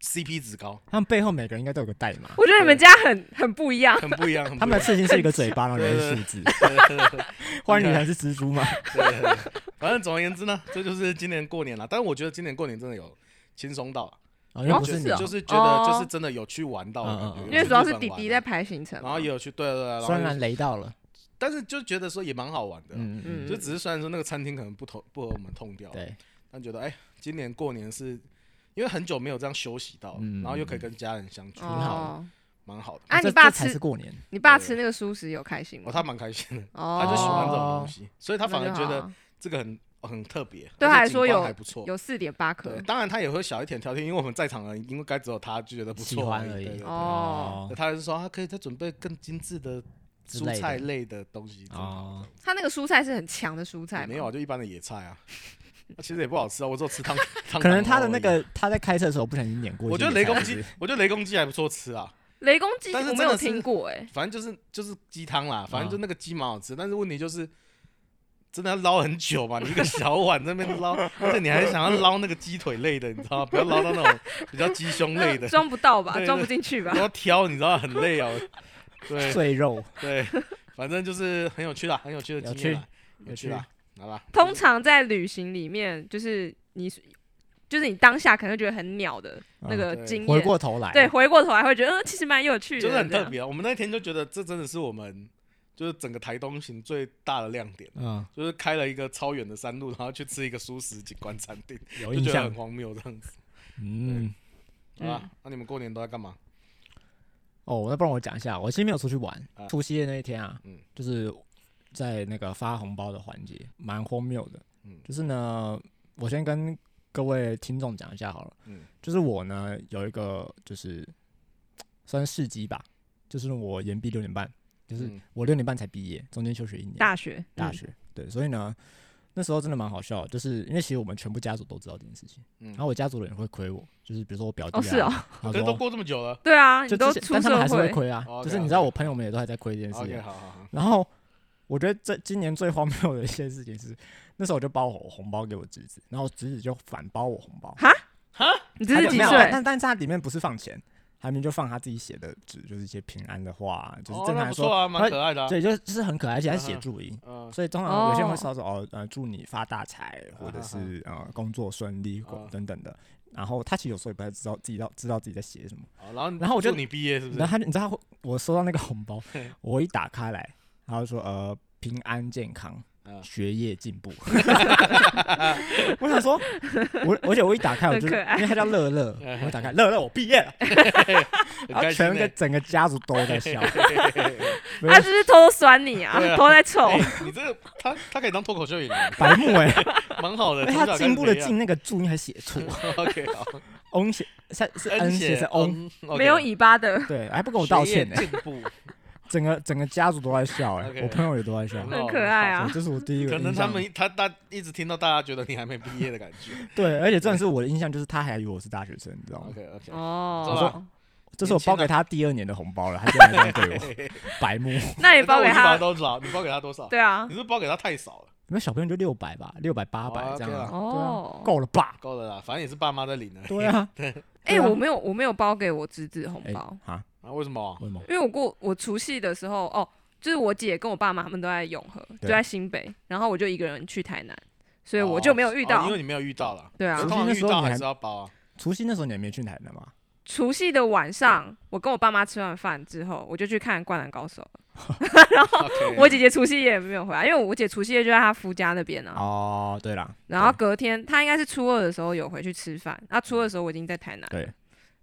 C: CP 值高，
D: 他们背后每个人应该都有个代码，
B: 我觉得你们家很很不一样。
C: 很不一样，很
D: 他
C: 不一
D: 们的。
C: 样
D: 刺青是一个嘴巴，然后里面
C: 对
D: 是
C: 对
D: 数字。
C: 对对对对
D: 花女还是蜘蛛 吗？
C: 对对反正总而言之呢，这就是今年过年了。但是我觉得今年过年真的有轻松到啊，
D: 好像不
C: 就是
B: 是
D: 你
B: 哦，
C: 就是觉得
B: 哦
C: 就是真的有去玩到的感觉，
D: 嗯嗯嗯
C: 有
B: 因
C: 去
B: 为主要是
C: 日本
B: 弟
C: 玩
B: 弟
C: 啊
B: 在排行程嘛，
C: 然后也有去，对对对，然后
D: 虽
C: 有
D: 然雷到了，
C: 但是就觉得说也蛮好玩的啦，
D: 嗯嗯，
B: 嗯
C: 就只是虽然说那个餐厅可能不同不合我们痛调，
D: 对，
C: 但觉得哎、今年过年是因为很久没有这样休息到了，
D: 嗯
C: 然后又可以跟家人相处，
D: 好
B: 哦。
C: 蛮好的。
B: 啊，
D: 这
B: 你爸
D: 这才是
B: 吃
D: 过年，
B: 你爸吃那个素食有开心
C: 哦，
B: 吗？
C: 他蛮开心的，
B: 哦，
C: 他就喜欢这种
D: 哦
C: 东西，所以他
B: 那
C: 反
B: 就
C: 而觉
B: 好
C: 得
B: 啊
C: 这个很很特别，
B: 对他
C: 而
B: 来
C: 且景
B: 说
C: 观
B: 有
C: 还不错。
B: 有四点八颗
C: 对，当然他也会小一点挑剔，因为我们在场的人，因为该只有他就觉得不
D: 喜
C: 错
D: 欢
C: 而
D: 而
C: 已。对
D: 已
C: 对。对
B: 哦。
C: 他还是说他啊可以再准备更精致的
D: 之
C: 蔬
D: 类
C: 菜
D: 的
C: 类的东西。
D: 哦，
B: 他那个蔬菜是很强的蔬菜
C: 也
B: 吗，
C: 没有啊，就一般的野菜啊，其实也不好吃啊，我只 有吃汤汤。
D: 可能他的那，
C: 哦
D: 个他在开车的时候不小心碾过一
C: 我
D: 些
C: 觉
D: 野菜
C: 得
D: 汁。
C: 雷公鸡，我觉得雷公鸡还不错吃啊，
B: 雷公鸡，
C: 但是
B: 我没
C: 真的
B: 有
C: 是
B: 听过 哎。，
C: 反正就是就是鸡汤啦，反正就
D: 啊
C: 那个鸡蛮好吃，但是问题就是。真的要捞很久嘛？你一个小碗在那边捞，而且你还想要捞那个鸡腿类的，你知道吗？不要捞到那种比较鸡胸类 的
B: 装不到吧
C: 对？对
B: 装不进去吧
C: 然？后挑，你知道很累哦。 对
D: 碎肉，
C: 对，反正就是很有趣啦，很有趣的
D: 有
C: 经验啦，
D: 趣
C: 有趣啦，好吧。
B: 通常在旅行里面，就是你，就是你当下可能会觉得很鸟的那个
C: 啊对
B: 经
D: 嗯
B: 验，
D: 回过头来，
B: 对，，回过头来会觉得，嗯，其实蛮有趣的，
C: 就是很
B: 这
C: 特
B: 样。
C: 别啊。我们那天就觉得这真的是我们就是整个台东行最大的亮点，
D: 嗯，
C: 就是开了一个超远的山路，然后去吃一个素食景观餐厅，
D: 有
C: 就
D: 印
C: 觉得
D: 象
C: 很，荒谬这样子。
D: 嗯，
C: 好吧，那你们过年都在干嘛？
D: 哦，那不然我讲一下，我其实没有出去玩
C: 啊，
D: 除夕夜那一天啊
C: 嗯，
D: 就是在那个发红包的环节，蛮荒谬的
C: 嗯，
D: 就是呢，我先跟各位听众讲一下好了
C: 嗯，
D: 就是我呢有一个就是算是事迹吧，就是我延毕六年半，就是
C: 嗯
D: 我六年半才毕业，中间休学一年，
B: 大学，
D: 大
B: 嗯，
D: 学。对，所以呢，那时候真的蛮好笑的，就是因为其实我们全部家族都知道这件事情，
C: 嗯
D: 然后我家族的人会亏我，就是比如说我表弟、啊，
B: 哦，是哦，
D: 然后
C: 可是都
D: 说
C: 过这么久了。
B: 对 啊，你
D: 就
B: 都
D: 之前
B: 出
D: 但他们
B: 社
D: 还是会
B: 会，
D: 亏啊，
C: OK，
D: 就是你知道
C: OK
D: 我朋友们也都还在亏这件事
C: OK，
D: 情。
C: 好好 好，
D: 然后我觉得这今年最荒谬的一件事情是，那时候我就包我红包给我侄子，然后我侄子就反包我红 包，
B: 你
D: 他
B: 这是
D: 就
B: 几
D: 没有啊
B: 岁？
D: 但但是他里面不是放钱，他里面就放他自己写的纸，就是一些平安的话啊，就是
C: 哦
D: 正常
C: 那不
D: 来
C: 错
D: 说，
C: 啊，蛮可爱的啊。
D: 对，就是就是很可爱，而且他是
C: 嗯
D: 写
C: 哼
D: 注音，
C: 嗯，
D: 所以通常有些人会
B: 哦
D: 说说哦，呃，祝你发大财，或
C: 嗯
D: 者是呃工作顺利
C: 啊
D: 等等的。然后他其实有时候也不太知道自己到知道自己在写什么。
C: 好然后
D: 然后我就
C: 祝你毕业是不
D: 然
C: 是？
D: 后他你知道他会我收到那个红包，我一打开来，他就说呃平安健康，
C: 嗯
D: 学业进 步。我想说，我而且我一打开我就，因
B: 很可爱
D: 为他叫乐乐，我一打开乐乐我毕业了，
C: 很
D: 然后
C: 嗯开心
D: 全个
C: 欸。
D: 整个家族都在 笑。没有
B: 他啊就是偷偷酸你啊
C: 对，啊
B: 偷偷在臭。
C: 哎你这个他他可以当脱口秀演员，
D: 白目哎、
C: 蛮好的。
D: 而且
C: 从
D: 他
C: 小
D: 进步的
C: 开始
D: 进那个注音还写错
C: 培养。OK，好。
D: ，n 写是是 n 写
C: 嗯写嗯
D: 是 o，
C: OK
B: 没有尾巴的，
D: 对，还不跟我道歉呢、
C: 学业 进步，
D: 整个整个家族都在笑哎、
C: OK
D: 我朋友也都在笑。
C: 很
B: 很可爱啊
D: 对，。这是我第一个
C: 可能
D: 印
C: 他
D: 象。
C: 们他大一直听到大家觉得你还没毕业的感 觉。
D: 对，而且真的是我的印象就是他还以为我是大学生，你知道吗？
C: OK OK，
B: 哦，
C: 我说
D: 这是我
C: 年轻
D: 包
C: 啊
D: 给他第二年的红包了，他竟然这样对我， 白目。
B: 那你包给
C: 哎那我一毛
B: 他？
C: 多少？你包给他嗯多少？
B: 对啊
C: 你，是不是包给他太少了，
D: 你们小朋友就六百吧，六百八百
C: 哦
D: 这样啊，
C: OK
B: 哦，
D: 够了吧？
C: 够了啦，反正也是爸妈在领的。
D: 对啊，
B: 哎、
D: 对啊
B: 我没有，我没有包给我侄子红
D: 哎
B: 包，
D: 啊，
C: 啊，为什么啊？
D: 为什么？
B: 因为我过我除夕的时候，哦，就是我姐跟我爸妈他们都在永和，
D: 对
B: 就在新北，然后我就一个人去台南，所以
C: 哦
B: 我就没有遇到。
C: 哦因为你没有遇到了。
B: 对啊
C: 可是
D: 除
C: 通
D: 夕
C: 常
D: 那
C: 遇
D: 时候
C: 到
D: 你
C: 还
D: 还
C: 是要包 啊。
D: 除夕那时候你还没去台南吗？
B: 除夕的晚上，我跟我爸妈吃完饭之后，我就去看《灌篮高手》了。
C: OK
B: 我姐姐除夕夜也没有回来，因为我姐除夕夜就在她夫家那边啊。
D: 哦，对啦，
B: 然后隔天，她应该是初二的时候有回去吃饭，那初二的时候我已经在台南，
D: 对，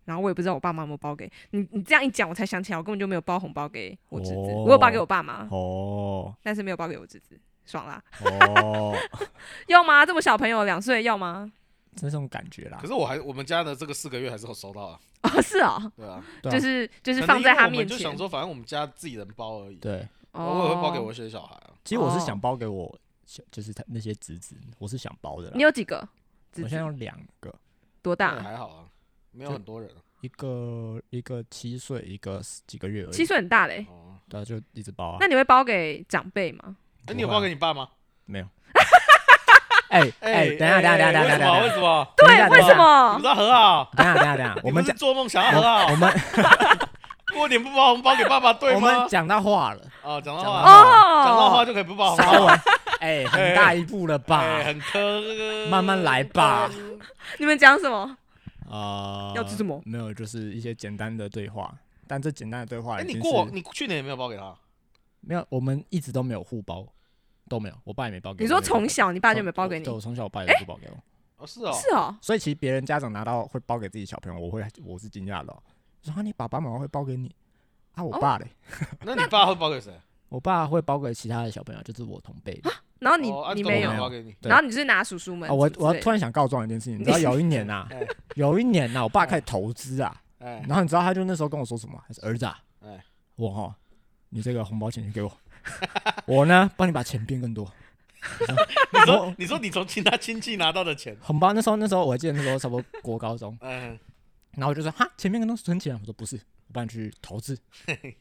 B: 然后我也不知道我爸妈有没有包给你。你这样一讲，我才想起来，我根本就没有包红包给我侄子，
D: 哦
B: 我有包给我爸妈。
D: 哦
B: 但是没有包给我侄子，爽啦！
D: 哦，
B: 要吗？这么小朋友两岁要吗？
D: 这种感觉啦
C: 可，是我还我们家的这个四个月还是有收到啊，
B: 哦，是哦，
C: 对啊，
D: 对啊
B: 就是就是
C: 可能
B: 放在
C: 因为
B: 他
C: 我们
B: 面
C: 就想
B: 前。
C: 说，反正我们家自己人包而已，
D: 对，
C: 然后我也会包给我一些小孩啊。
D: 其实我是
B: 哦
D: 想包给我小，就是他那些侄子，我是想包的
B: 你
D: 啦。
B: 有几个侄
D: 我现在
B: 子？
D: 有两个，
B: 多
C: 那也
B: 大？
C: 还好啊，没有
D: 就
C: 很多人啊
D: 一个一个七岁，一个十几个月而已，
B: 七岁很大嘞。
C: 哦。
D: 对啊，就一直包啊
B: 那。你会包给长辈吗？
C: 哎，你有包给你爸吗？
D: 没有。 哎哎，等一下等一下等一下等一下等一下
C: 为，什么？
D: 对
B: 对，哎为什
C: 你
B: 么
C: 不知？道和好？啊
D: 等一下等一下等一 下，我们
C: 你不
D: 讲
C: 是做梦想要和啊好
D: 我，们
C: 过年不包红包给爸爸
B: 啊
C: 对
D: 我
C: 吗
D: 们？讲到话了，
C: 哦，讲到
D: 讲到
C: 话，
D: 话
C: 讲到话
B: 哦，
C: 就可以不包红
D: 稍
C: 包
D: 微
C: 了，
D: 哎，很大一步了吧？
C: 哎，很磕，
D: 慢慢来吧。
B: 你们讲什么？
D: 啊，
B: 要吃什么
D: 没有，就是一些简单的对话，但这简单的对话
C: 哎，
D: 已经
C: 你
D: 是
C: 过往你去年也没有包给他，
D: 没有，我们一直都没有互包，都没有，我爸也没包给我。
B: 你说
D: 我也没包
B: 从小你爸就没包给
D: 我
B: 你哎
D: 对，？我从小我爸也不包给我。
C: 哦，是哦，
B: 是哦，
D: 所以其实别人家长拿到会包给自己小朋友，我会我是惊讶的、哦，说啊你爸爸妈妈会包给你啊，我
B: 哦
D: 爸嘞，
C: 那你爸会包给谁？
D: 我爸会包给其他的小朋友，就是我同辈的。
B: 然后你
C: 哦啊
B: 你
C: 都
B: 没
D: 我没
B: 有，
D: 有
C: 包给你，
D: 对
B: 然后你是拿叔叔们
D: 啊，我
B: 什么
D: 我
B: 之类
D: 要突然想告状一件事情，你知道有一年 呐、
C: 哎
D: 有一年啊呐、我爸开
C: 嗯
D: 始投资啊，
C: 哎，
D: 然后你知道他就 那时候跟我说什么？他说儿子啊
C: 哎，
D: 我哈，你这个红包钱就给我， 我呢帮你把钱变更多。
C: 你说你说你从其他亲戚拿到的钱，
D: 红包那时候那时候我还记得那时候差不多国高中，
C: 嗯，
D: 然后我就说哈前面跟都存钱啊，我说不是，我帮你去投资，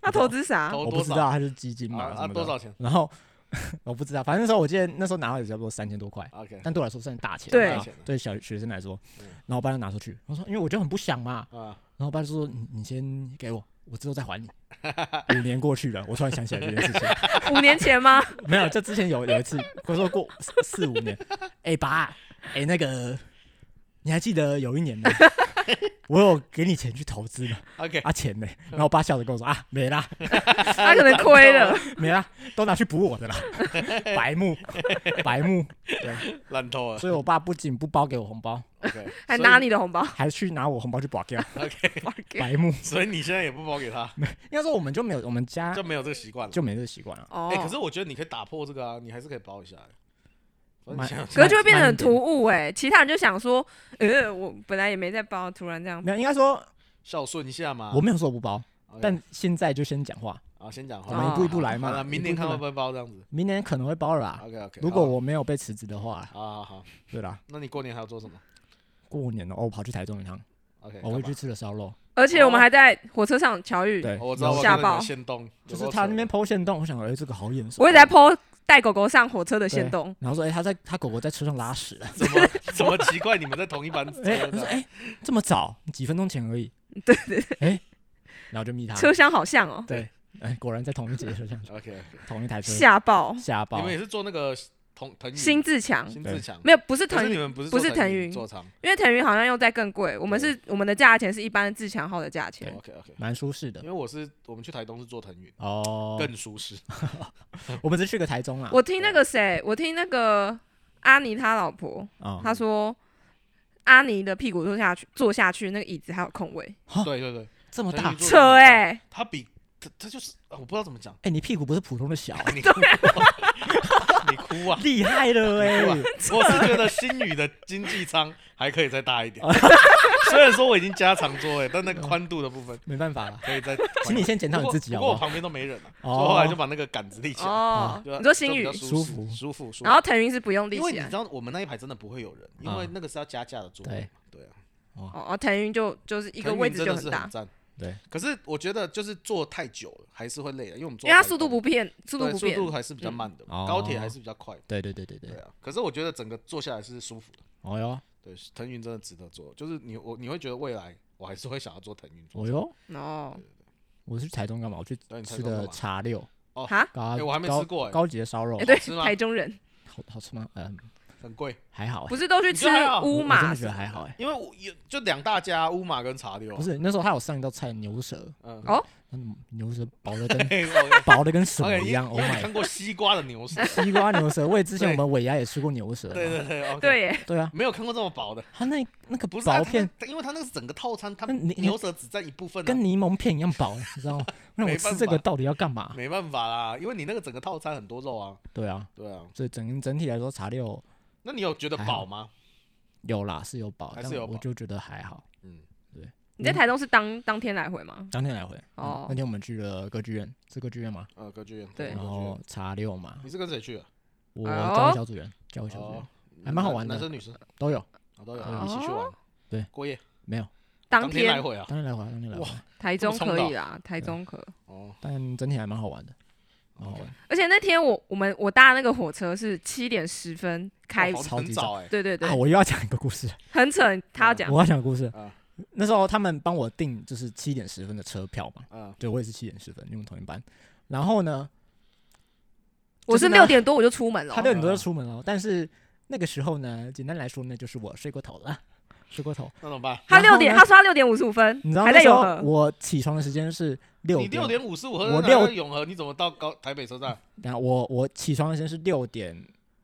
B: 那投资啥？
C: 投
D: 啊我
C: 多
D: 不知
C: 少？
D: 道他是基金
C: 啊
D: 嘛什
C: 啊，
D: 么
C: 多
D: 的，
C: 少钱
D: 然后 我不知道，反正那时候我记得那时候拿到也差不多三千多块，
C: ？OK，
D: 但对我来说算大钱，
B: 对
D: 啊对小学生来说
C: 嗯。
D: 然后我爸就拿出去，我说因为我就很不想嘛，
C: 啊，
D: 然后我爸就说你你先给我，我之后再还你。五年过去了，我突然想起来这件事情，
B: 五年前 吗？
D: 没有，这之前有有一次，我说过四四五年，哎、爸，哎、那个你还记得有一年吗？我有给你钱去投资吗？
C: OK，
D: 啊钱呢？然后我爸笑着跟我说啊没啦
B: 他可能亏了。
D: 没啦，都拿去补我的啦，白目白目，
C: 烂透了
D: 所以我爸不仅不包给我红包，
C: ，OK，
B: 还拿你的红包
D: 还去拿我红包去保掉，
C: ，OK，
B: 包 给
D: 白目。
C: 所以你现在也不包给他，
D: 应该说我们就没有，我们家
C: 就没有这个习惯了。
D: 就没这个习惯了。
B: 哦
C: 哎，可是我觉得你可以打破这个啊，你还是可以包一下欸。
D: 蛮
C: 反正你 想
B: 可是就会变得
D: 慢
B: 很
D: 一
B: 突
D: 点
B: 兀哎、其他人就想说，呃，我本来也没在包，突然这样，
D: 没有，应该说
C: 孝顺一下嘛。
D: 我没有说我不包，
C: 啊 OK，
D: 但现在就先讲话，
C: 啊，先讲
D: 我
C: 话，
D: 们一步一步来
C: 好了，
D: 嘛。
C: 明年看会
D: 看
C: 不，会包这样子。
D: 明年可能会包了啦。
C: 啊 OK OK，
D: 啊如果我没有被辞职的话啦，
C: 好好好，
D: 对啦，
C: 那你过年还要做什么
D: 过年了哦，我跑去台中一趟，哦
C: ？OK，
D: 我会
C: 干
D: 去
C: 嘛
D: 吃了烧肉。
B: 而且
C: 哦
B: 我们还在火车上巧遇，
D: 对，
C: 我知道，我
B: 下
C: 看到你
B: 报
C: 们先动，
D: 就
C: 有
D: 是
C: 够
D: 他那
C: 扯
D: 边 PO 线动，我想哎这个好眼熟。
B: 我也在 PO 带狗狗上火车的线
D: 对
B: 动，
D: 然后说哎他在他狗狗在车上拉屎 了，
C: 怎么怎么奇怪？你们在同一班车
D: 哎我说
C: 的？
D: 哎这么早，几分钟前而已。 哎
B: 对对对，
D: 然后就密他，
B: 车厢好像哦、
D: 对，哎果然在同一节车厢，
C: OK，
D: 同一台车
B: 吓爆！
D: 下
C: 你
D: 包
C: 们。也是坐那个腾腾云
B: 新自强
C: 新
A: 对
C: 自强，
B: 没有，不是
C: 嗯可是
B: 腾
C: 你
B: 云，
C: 们不是
B: 不
C: 坐
B: 是腾
C: 云
B: 云
C: 坐长
B: 因为腾云好像又在更贵，我们
C: 对
B: 是我们的价钱是一般的自强号的价钱。
C: ，OK OK，
D: 蛮舒适的
C: 因为我是我们去台东是坐腾云，
D: 哦。
C: 更舒适。
D: 我们只是去个台中啦。
B: 我听那个谁，我听那个阿尼他老婆，
C: 哦
D: 啊，
B: 他说阿尼的屁股坐下去，坐下去那个椅子还有空位，
D: 啊
C: 对对对，
D: 这么
C: 腾
D: 大
C: 云，坐
B: 扯
C: 得很大
B: 哎、
C: 它比它它就是啊我不知道怎么 讲，
D: 哎，你屁股不是普通的小，
C: 你哭啊， 你 哭啊！
D: 厉害了
C: 你哭啊
D: 哎。
C: 我 是觉得新宇的经济舱还可以再大 一点，虽然说我已经加长座位，但那个宽度的部分
D: 没办法了，
C: 可以再宽一点。
D: 请你先检讨你自己
C: 不
D: 好
C: 过
D: 不
C: 我
D: 好？
C: 旁边都没人了，啊所
D: 哦
C: 以我后来就把那个杆子立起来。
B: 哦
C: 对啊，
B: 你说
C: 就
B: 新
C: 比
B: 宇
C: 较，
D: 舒服
C: 适舒服，舒服。
B: 然后腾云是不用立
C: 因为
B: 起
C: 你
B: 来
C: 知，道我们那一排真的不会有人，因
D: 啊
C: 为那个是要加价的座位嘛。对啊，
B: 哦哦，腾云就就是一
C: 一
B: 个位置就
C: 很
B: 大，
C: 赞。
D: 对，
C: 可是我觉得就是坐太久了还是会累的，啊因为我们坐
B: 因为它
C: 台
B: 速度
C: 东
B: 不变，速度
C: 对
B: 不
C: 速
B: 变。哦
C: 度还是比较慢的嘛，
D: 嗯
C: 高铁还是比较快的。
D: 对对对对
C: 对
D: 对，
C: 啊，可是我觉得整个坐下来是舒服的。
D: 哦哟，
C: 对，腾云真的值得坐，就是你我你会觉得未来我还是会想要坐腾云坐
D: 哦。哟，
B: 哦，
D: 我是去台中干嘛？我去
C: 对你台
D: 吃
C: 中干
D: 的
C: 嘛
D: 茶六，
B: 哈，
D: 高
C: 哎我还没
D: 高
C: 吃过哎
D: 高级的烧肉
B: 哎，
C: 好，
B: 对
C: 吃，吗
B: 台中人
D: 好好吃吗？嗯，
C: 很贵，
D: 还好哎，
B: 不是都去吃
C: 你觉得还好
B: 乌
D: 我我真
B: 马
D: 的？觉得还好哎。
C: 因为我有就两大家乌马跟茶六啊。
D: 不是那时候他有上一道菜牛舌，
C: 嗯，
B: 哦
D: 嗯，牛舌薄的跟
C: 嘿哦我
D: 薄的跟什么
C: OK，
D: 一样
C: 因
D: ，Oh
C: 为因为你
D: my！
C: 看过西瓜的牛舌？
D: 西瓜牛舌，我也之前
C: 对
D: 我们尾牙也吃过牛舌嘛，
C: 对对对，OK，
B: 对耶，
D: 对啊，
C: 没有看过这么薄的，
D: 它那那个
C: 不是啊
D: 薄片，
C: 它那因为它那个是整个套餐，它
D: 那你
C: 牛舌只占一部分啊，
D: 跟柠檬片一样薄，你知道吗？ 那我
C: 没
D: 吃
C: 办
D: 这个
C: 法
D: 到底要干嘛？
C: 没办法啦，因为你那个整个套餐很多肉啊，
D: 对啊，
C: 对啊，
D: 所以整整体来说茶六
C: 那你有觉得
D: 还好
C: 饱吗？
D: 有啦是有饱，
C: 还
D: 但
C: 是有
D: 我
C: 饱
D: 就觉得还好。
C: 嗯，
B: 你在台中是当当天来回吗？
D: 当天来回，嗯
B: 哦
D: 那天我们去了歌剧院，是歌剧院吗？
C: 呃，歌剧院，
B: 对
C: 歌
D: 然
C: 剧
D: 后
C: 院，
D: 茶六嘛，
C: 你是跟谁去的？啊
D: 我
B: 哎呦
D: 教会小组员，教会小组员
C: 哦，
D: 还蛮好玩的
C: 男生女生
D: 都有，
C: 啊都有
D: 嗯
C: 一起去玩，
D: 对，
C: 过夜，
D: 没有？
B: 当
C: 天来
B: 天
C: 回啊，
D: 当天来回，当天来回
C: 哇，
B: 台中
C: 这么
B: 可
C: 冲
B: 以啦，台中可。
C: 哦，
D: 但整体还蛮好玩的，蛮好玩。
B: 而且那天我我们我搭那个火车是七点十分开，
C: 哇好
D: 超
C: 很
D: 级
C: 早哎，
B: 对对对
D: 啊，，我又要讲一个故事，
B: 很扯。他要讲
D: 我要讲个故事
C: 啊。
D: 那时候他们帮我订就是七点十分的车票嘛，
C: 嗯，
D: 对我也是七点十分，因为我们同一班。然后呢，
B: 我是
D: 就是呢
B: 六点多我就出门了
D: 他，六点多就出门了，但是那个时候呢，简单来说呢，就是我睡过头了， 睡过头。
C: 那怎么办？
B: 他
D: 然后
B: 六点
D: 呢
B: 他说他六点五十五分
D: 你知道
B: 还
D: 那
B: 在
D: 时
B: 永
D: 候
B: 和，
D: 我起床的时间是六
C: 你六
D: 点，
C: 点五十五，
D: 我
C: 那
D: 六
C: 在永和，你怎么到高台北车站？
D: 然后我我起床的时间是六点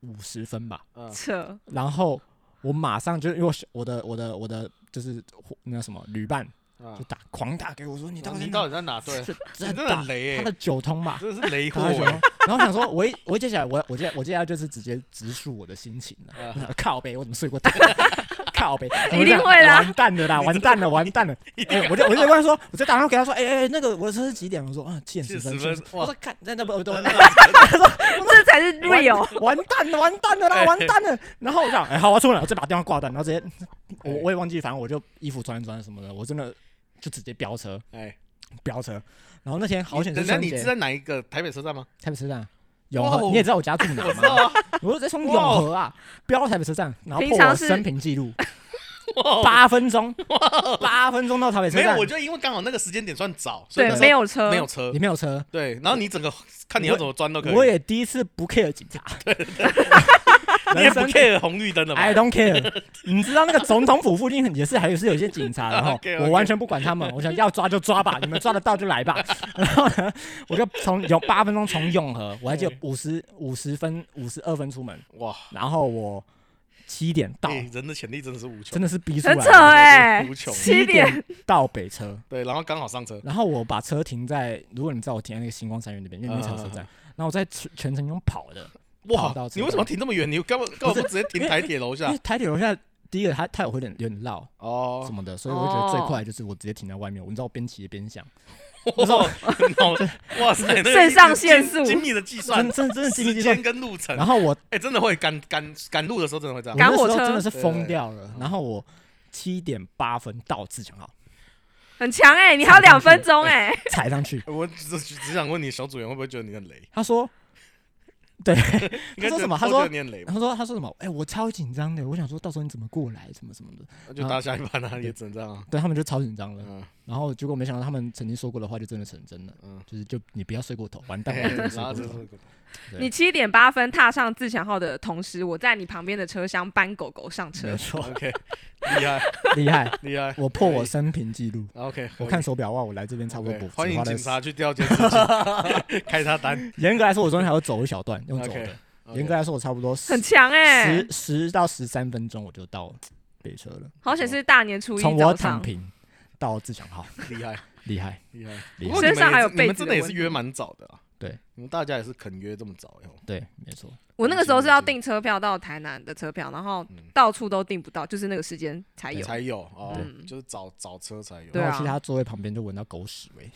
D: 五十分吧，
C: 嗯，
B: 扯
D: 然后我马上就因为我是我的我的我的就是那什么旅伴
C: 啊
D: 就打狂打给我说你到底在
C: 哦你
D: 哪
C: 到底在哪？对，
D: 是
C: 你
D: 真
C: 真
D: 的
C: 的
D: 打
C: 很雷
D: 他
C: 哎
D: 的，九通吧，
C: 真的是雷货
D: 他的九
C: 哎
D: 通。然后想说，我一我接下来我我接我接下来就是直接直述我的心情了。
C: 啊
D: 我想靠背，我怎么睡过头？ 靠背，
B: 一定会啦
D: 完蛋的啦，完蛋了，完 蛋了！哎，我就我就跟他说，我就打电话给他说，哎哎，那个我的车是几点？我说啊，七点十分。
C: 7:10
D: 是不是
C: 分
D: 我说看，那那不 不不，
B: 这才是 real。
D: 完蛋了，完蛋了
C: 哎
D: 啦，完蛋了！然后我想，哎，好，我出门了，我再把电话挂断，然后直接，我我也忘记，反正我就衣服穿一穿什么的，我真的就直接飙车，
C: 哎，
D: 飙车。然后那天好险是
C: 等下
D: 双
C: 你
D: 节
C: 是，在哪一个台北车站吗？
D: 台北车站，永
C: 哇
D: 和，
C: 哦
D: 你也知道我家住 哪
C: 我知
D: 嘛
C: 道。啊，
D: 我就直接从永和啊飙到台北车站，然后
B: 平
D: 破
B: 常
D: 我
B: 是
D: 生平记 录，八分钟，八分钟到台北哎车
C: 哦没有，
D: 站
C: 我，就因为刚好那个时间点算早，所以
B: 对
C: 那，时候
B: 没有车，
C: 没有车
D: 也，没有车，
C: 对，然后你整个看你要怎么钻都可以，
D: 我也第一次不 care 警 察，
C: 你也
D: 人
C: 不
D: 生
C: care 红绿灯的嘛，
D: I don't care，你知道那个总统府附近也是还有是有一些警察的哈
C: OK，OK，
D: 我完全不管他们，我想要抓就抓 吧，你们抓得到就来吧。然后呢，我就从有八分钟从永和，我还记得五十五十分五十二分出门，
C: 哇，
D: 然后我七点到，
C: 哎啊人的潜力真的是无穷
D: 真，的是逼出来
B: 很扯
D: 了，
B: 哎
C: 无，穷
D: 七
B: 七点
D: 点到北车，
C: 对，然后刚好上车，
D: 然后我把车停在，如果你知道我停在那个星光三院那边，因为那
C: 嗯
D: 场车站，然后我在全全程用跑的，
C: 哇
D: 跑道，车
C: 你为什么停这么远？你干嘛干嘛不直接停台铁楼
D: 因
C: 下
D: 为？台铁楼下第一个它它有点有点绕什
C: 啊哦，
D: 么的，所以我就觉得最
B: 哦
D: 快就是我直接停在外面，我你知道我边骑边想，
C: 哇， 哇塞，那个
B: 肾上腺素
C: 精密的计 算
D: 真，真真的心里
C: 时
D: 计算
C: 间。跟路程，
D: 然后我
C: 哎，真的会赶赶赶路的时候真的会这
D: 我
C: 样，
D: 那
B: 赶
D: 时
B: 火
D: 候
B: 车
D: 真的是疯
C: 对
D: 掉了，然后我七点八分到自强号，
B: 很强哎，你还有两分钟哎，
D: 踩上去，
C: 我只只只想问你，小组员会不会觉得你很雷？
D: 他说，对，
C: 应该
D: 说
C: 觉得
D: 什么他
C: 都觉
D: 说
C: 得你很雷吧，
D: 他说他说什么？哎、我超紧张的，我想说到时候你怎么过来，什么什么的，
C: 那就搭下一班啊，也只能这样啊。
D: 对他们就超紧张了。
C: 嗯，
D: 然后结果没想到他们曾经说过的话就真的成真了，
C: 嗯，
D: 就是就你不要睡过 头，完蛋，我真的睡
C: 然后
D: 过
C: 就
D: 头。
C: 是
D: 对
B: 你七点八分踏上自强号的同时，我在你旁边的车厢搬狗狗上车
D: 没。错，
C: OK，厉害
D: 厉害！
C: 厉害，
D: 我破我生平记录。
C: OK，
D: 我看手表哇，我来这边差不多
C: OK，
D: 不
C: 欢迎警。察去调监视 器，开他单。
D: 严格来说，我中间还要走一小段，用走
C: OK，
D: 的。严格来说，我差不多十
B: 很强 哎、
D: 十十到十三分钟我就到北车了，
B: 好险是大年初一
D: 从
B: 早
D: 我躺
B: 上，
D: 平到自强号，
C: 厉害
D: 厉 害
C: 厉害，
D: 厉
C: 不过
D: 害。
C: 你
B: 身
C: 们
B: 上还有
C: 也是你
B: 被
C: 们
B: 子
C: 真
B: 的
C: 的也是
B: 温
C: 约蛮早的啊。
D: 对，
C: 你们大家也是肯约这么早哟。
D: 对，没错。
B: 我那个时候是要订车票到台南的车票，然后
C: 嗯
B: 到处都订不到，就是那个时间才有。
C: 才有哦
B: 对，
C: 就是找找车才有，
B: 对啊
D: 然后去他座位旁边就闻到狗屎味。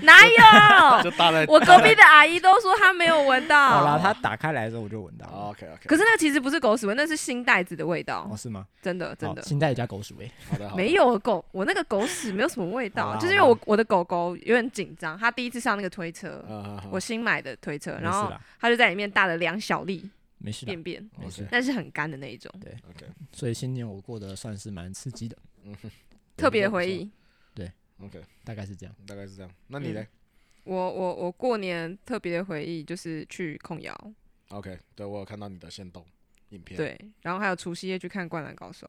B: 哪 有？
C: 就大概
B: 我隔壁的阿姨都说她没有闻
D: 好
B: 到。
D: 啦，他打开来的时候我就闻到了。
C: OK OK，
B: 可是那个其实不是狗屎味，那是新袋子的味道
D: 哦，，是吗？
B: 真的真
D: 好
B: 的。
D: 新代加狗屎味。
C: 好的好的
B: 没有狗，我那个狗屎没有什么味
D: 好
B: 道，
D: 啦哦
B: 就是因为我我的狗狗有点紧张，它第一次上那个推车，
C: 啊，
B: 我新买的推车，
D: 没事
B: 然后
D: 啦，
B: 它就在里面大了两小粒
D: 没事的
B: 便，便，
D: 没事
C: OK。
B: 但是很干的那一种，
C: OK
D: 所以新年我过得算是蛮刺激的，
C: 嗯哼
B: 特别
C: 不错
B: 回忆。
C: OK，
D: 大概是这样。
C: 大概是这样。那
B: 嗯
C: 你呢
B: 我我我过年特别的回忆就是去控窑，
C: ？OK，对我有看到你的线动影片，，
B: 对，然后还有除夕夜去看《灌篮高手》，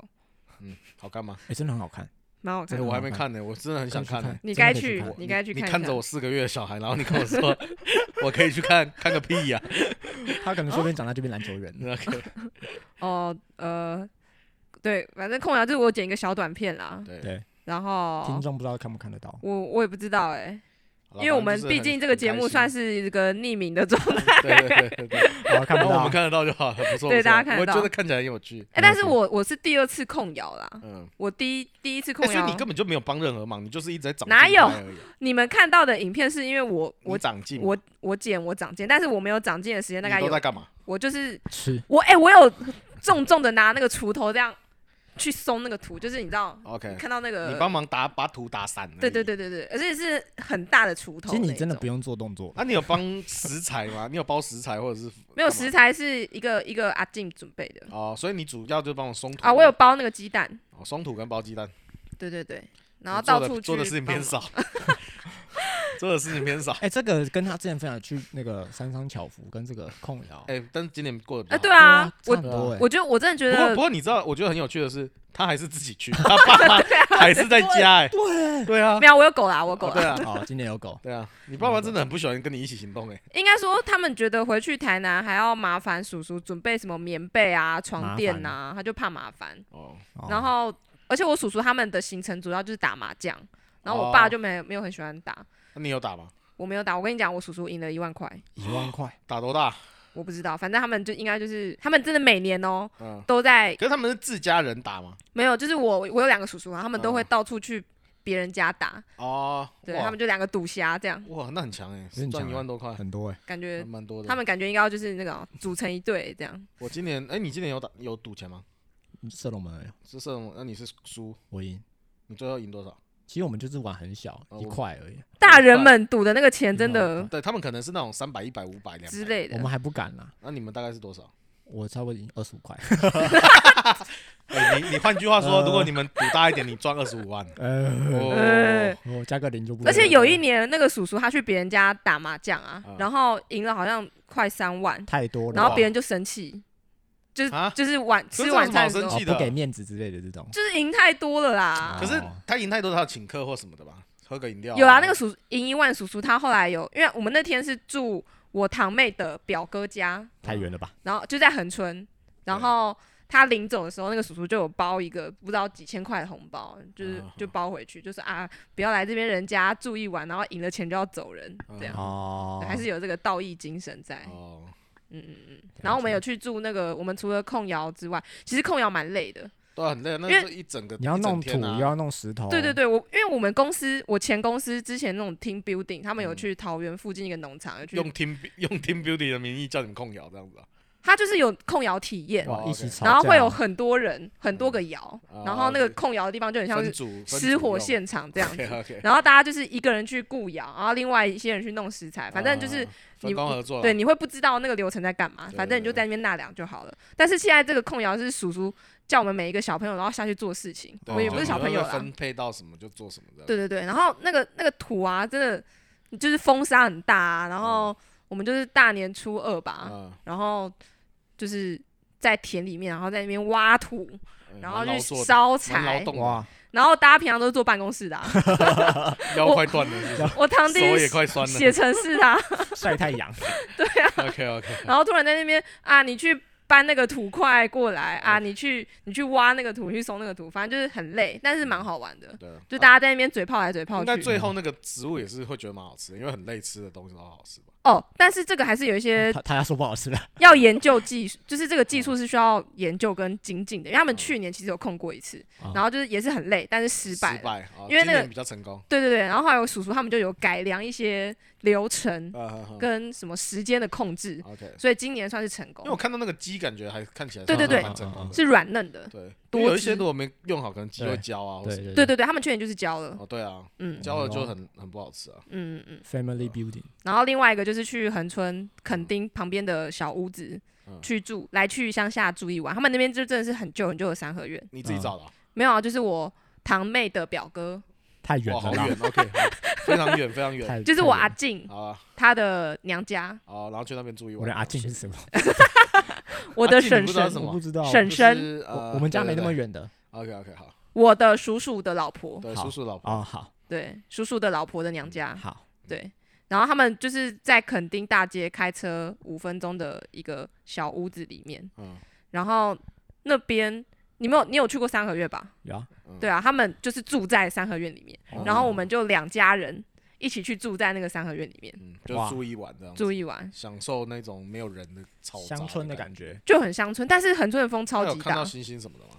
C: 嗯，好看吗？
D: 哎，真的很好看，
B: 蛮好
C: 哎
B: 看
D: 真的
B: 的。
C: 我还
D: 好
C: 没
D: 看
C: 看呢，我真的很想
D: 可以去
C: 看呢。
B: 你
D: 真的
B: 该
D: 可以去
B: 去
D: 看，
B: 你该去
C: 你
B: 看一啊
C: 看
B: 下
C: 着我四个月的小孩，然后你跟 我说我可以去看看个屁呀
D: 他可能说不定长大就变篮球人了。
C: ！OK，
B: 哦，呃，对，反正控窑就是我剪一个小短片啦，
C: 对
D: 对
B: 然
D: 听
B: 后
D: 众不知道看不看得到，
B: 我我也不知道哎，
C: 好啦
B: 因为我
C: 反
B: 们
C: 正就是
B: 毕
C: 很
B: 竟这个节目算
C: 很
B: 是一个匿名的状 态，
C: 开心对对对对对，
D: 好看
C: 然
D: 不
C: 哦后我
D: 到
C: 们。看得到就好了，不错，
B: 对
C: 不错
B: 大家看得到
C: 我觉得看起来很有趣，
B: 哎，但是我我是第二次控窑啦，
C: 嗯。
B: 我第一第一次
C: 欸
B: 控
C: 所以
B: 窑
C: 你，根本就没有帮任何忙，你就是一直在长
B: 哪
C: 进
B: 有
C: 拍而已啊
B: 你们看到的影片是因为我我
C: 你长进，
B: 我我剪我长见，但是我没有长见的时间大概
C: 你都在
B: 有，
C: 干嘛？
B: 我就是
D: 吃
B: 我哎、我有重重的拿那个锄头这样去松那个土，就是你知道
C: OK
B: 你看到那
C: 嗯你
B: 个
C: 帮，忙打把土打散而已。
B: 呃对对对对对，而且是很大的锄头那一种。
D: 其实你真的不用做动作，
C: 那、啊你有帮食材吗？你有包食材或者是
B: 没有
C: 干嘛
B: 食材是一个一个阿静准备的
C: 哦，所以你主要就帮我松土
B: 啊，我有包那个鸡蛋，
C: 哦松土跟包鸡蛋，
B: 对对对，然后
C: 我做
B: 到
C: 的
B: 处去
C: 做的事情
B: 帮
C: 偏
B: 忙，
C: 少， 做的事情偏少。
D: 哎、这个跟他之前分享去那个三商巧福跟这个控窑，
C: 哎、但是今年过得比
B: 啊
C: 较好
B: 对啊，
D: 差
B: 我
D: 很多哎、
B: 我觉得我真的觉
C: 不过
B: 得
C: 不过你知道，我觉得很有趣的是，他还是自己去，他爸 妈 还是在家哎、
D: 对，
C: 对啊
B: 啊没，有，我有狗啦，我有狗
C: 哦
B: 啦，
C: 对啊，
D: 哦，今年有 狗，
C: 对啊，你爸妈真的很不喜欢跟你一起行动哎、
B: 应该说，他们觉得回去台南还要麻烦叔叔准备什么棉被啊、床垫啊，他就怕麻烦。
C: 哦，
D: 哦
B: 然后，而且我叔叔他们的行程主要就是打麻将，然后我
C: 哦
B: 爸就没没有很喜欢打，
C: 那你有打吗？
B: 我没有打。我跟你讲，我叔叔赢了一万块，
D: 一万块，
C: 打多大？
B: 我不知道，反正他们就应该就是他们真的每年哦、
C: 嗯，
B: 都在
C: 可是他们是自家人打吗？
B: 没有，就是我我有两个叔叔啊，他们都会
C: 嗯
B: 到处去别人家打，
C: 哦，
B: 对
C: 哇
B: 他们就两个赌侠这样，
C: 哇，那很强哎、
D: 很
C: 赚
D: 强
C: 一
D: 欸
C: 万多块，
D: 很多哎、
B: 感
C: 还
B: 觉
C: 蛮多的。
B: 他们感觉应该要就是那个哦组成一队这样，
C: 我今年哎、你今年有打有赌钱吗？
D: 射龙门而已，
C: 是射龙，那你是输，
D: 我赢。
C: 你最后赢多少？
D: 其实我们就是玩很小，
C: 哦
D: 一块而已，
B: 大人们赌的那个钱真的
C: 对他们可能是那种三百、一百、五百、两
B: 嗯之
C: 百，
B: 类的
D: 我。们还不敢啦。
C: 那你们大概是多少？
D: 我差不多赢二十五 块，
C: 哎、你你换句话说，
D: 呃
C: 如果你们赌大一点，你赚二十五万。
D: 呃，
C: 哦
B: 呃，
D: 我加个零就不。
B: 而且有一年那个叔叔他去别人家打麻将啊，
C: 嗯
B: 然后赢了好像快三万，
D: 太多了，
B: 然后别人就生气，就是、
C: 啊
B: 就是晚
C: 可是
B: 吃
C: 这有
B: 晚
C: 什么好
B: 餐的时
C: 生
B: 候
D: 哦
C: 气的
D: 不给面子之类的这
C: 嗯
D: 种，
B: 就是赢太多了啦。
C: 可是他赢太多，他要请客或什么的吧？喝个饮料、
B: 有啊，那个叔赢一万叔叔他后来有，因为我们那天是住我堂妹的表哥家，
D: 太远了吧？
B: 然后就在恒春，然
C: 对
B: 后。他临走的时候，那个叔叔就有包一个不知道几千块的红包，就是
C: 啊
B: 就包回去，就是啊，不要来这边人家住一晚，然后赢了钱就要走人，
C: 嗯
B: 这样、
D: 哦，
B: 嗯还是有这个道义精神在。
C: 哦，
B: 嗯嗯嗯。然后我们有去住那个，我们除了控窑之外，其实控窑蛮累的。
C: 对啊，很累，那
B: 因为
C: 是一整个
D: 你要
C: 一
D: 弄
C: 整
D: 土，
C: 天啊
D: 又要弄石头，
B: 对对，对，我因为我们公司，我前公司之前那种 team building，他们有
C: 嗯
B: 去桃园附近一个农场，有去
C: 用 team 用 team beauty 的名义叫你们控窑这样子啊？
B: 它就是有控窑体验，
C: 哇
D: 哇，一起吵架，
B: 然后 会有很多人，很多个窑，
C: 哦嗯
B: 然后那个控窑的地方就很像
C: 分
B: 是
C: 组
B: 失火 现场这样子。
C: OK OK，
B: 然后大家就是一个人去雇窑，然后另外一些人去弄食材，反正
C: 哦
B: 就是
C: 分工合作，啊
B: 对，，你会不知道那个流程在干嘛
C: 对，
B: 反正你就在那边纳凉就好了。但是现在这个控窑是叔叔叫我们每一个小朋友，然后下去做事情，
C: 啊
B: 我们也不是小朋友啦
C: 分。配到什么就做什么的，
B: 对对对，然后那个那个土啊，真的就是风沙很大啊。然后我们就是大年初二吧，
C: 嗯，
B: 然后就是在田里面，然后在那边挖土，
C: 嗯，
B: 然后去
C: 蛮劳作的，
B: 烧
C: 蛮劳
B: 柴，
C: 动的，
A: 哇，
B: 然后大家平常都是坐办公室 的啊、
C: 腰
B: 我
C: 快断了，是不是
B: 我堂弟
C: 手也快酸了
B: 写程式的啊、
D: 晒太 阳，
B: 对啊，
C: OK OK，
B: 然后突然在那边啊，你去搬那个土块过来啊，你去你去挖那个土，去松那个土，反正就是很累，但是蛮好玩的。
C: 对啊，
B: 就大家在那边嘴炮来嘴炮
C: 应该
B: 去嗯
C: 最后那个植物也是会觉得蛮好吃的，因为很累吃的东西都好吃吧？
B: 哦，但是这个还是有一些
D: 他他要说不好吃了，
B: 要研究技术，就是这个技术是需要研究跟精进的。因为他们去年其实有空过一次
D: 哦，
B: 然后就是也是很累，但是失败
C: 失
B: 了。
C: 败，啊
B: 因为那个
C: 今年比较成功，
B: 对对对，然后还有叔叔他们就有改良一些流程
C: 嗯嗯嗯
B: 跟什么时间的控制，
C: OK，
B: 所以今年算是成
C: 因为我
B: 功，
C: 看到那个鸡，感觉还看起来
B: 对对对
C: 蛮成功的，
B: 是软嫩的。
C: 对，因
B: 多
C: 为有一
B: 汁
C: 些如果没用好，可能鸡会焦啊，或
D: 对
C: 什么
B: 对对对，他们去年就是教了，
C: 哦对啊，
B: 嗯
C: 焦了就很很不好吃啊。
B: 嗯嗯嗯。
D: ，Family
C: 哦
D: Building，
B: 然后另外一个就是去恒春垦丁旁边的小屋子
C: 嗯
B: 去住，来去乡下住一晚。他们那边就真的是很旧很旧的三合院，
C: 你自己
D: 嗯
C: 找的啊，
B: 没有啊，就是我堂妹的表哥，
D: 太远
C: 哇，
D: 了
C: 哦好
D: 啦，
C: 远，OK，好非常远，非常远。
D: 太
B: 就是我
D: 太
B: 阿
D: 远
B: 静
C: 好啊，
B: 她的娘家，
C: 好，然后去那边住一
D: 我的
C: 晚。啊
D: 阿静是什么？
B: 我的
C: 阿静你
B: 婶
C: 不知道
B: 婶
C: 是，什么
D: 我不知道，
B: 婶
C: 就是
B: 婶，
C: 呃
D: 我我们家没那么。远的。
C: OK OK，好，
B: 我的叔叔的老婆，
C: 对，
D: 好
C: 叔叔老婆，
D: 哦，好
B: 对，叔叔的老婆的娘家，
D: 好，
B: 对。然后他们就是在垦丁大街开车五分钟的一个小屋子里面，
C: 嗯，
B: 然后那边你没有你有去过三合院吧？
D: 有啊，
C: 嗯
B: 对啊，他们就是住在三合院里面。然后我们就两家人一起去住在那个三合院里面
C: 嗯，就
D: 哇
C: 住一晚这样子，
B: 住一晚，
C: 享受那种没有人的嘈杂
D: 乡村的
C: 感
D: 感觉。
B: 就很乡村，但是恒春的风
C: 那
B: 超
C: 有
B: 级
C: 看到
B: 大，
C: 星星什么的吗？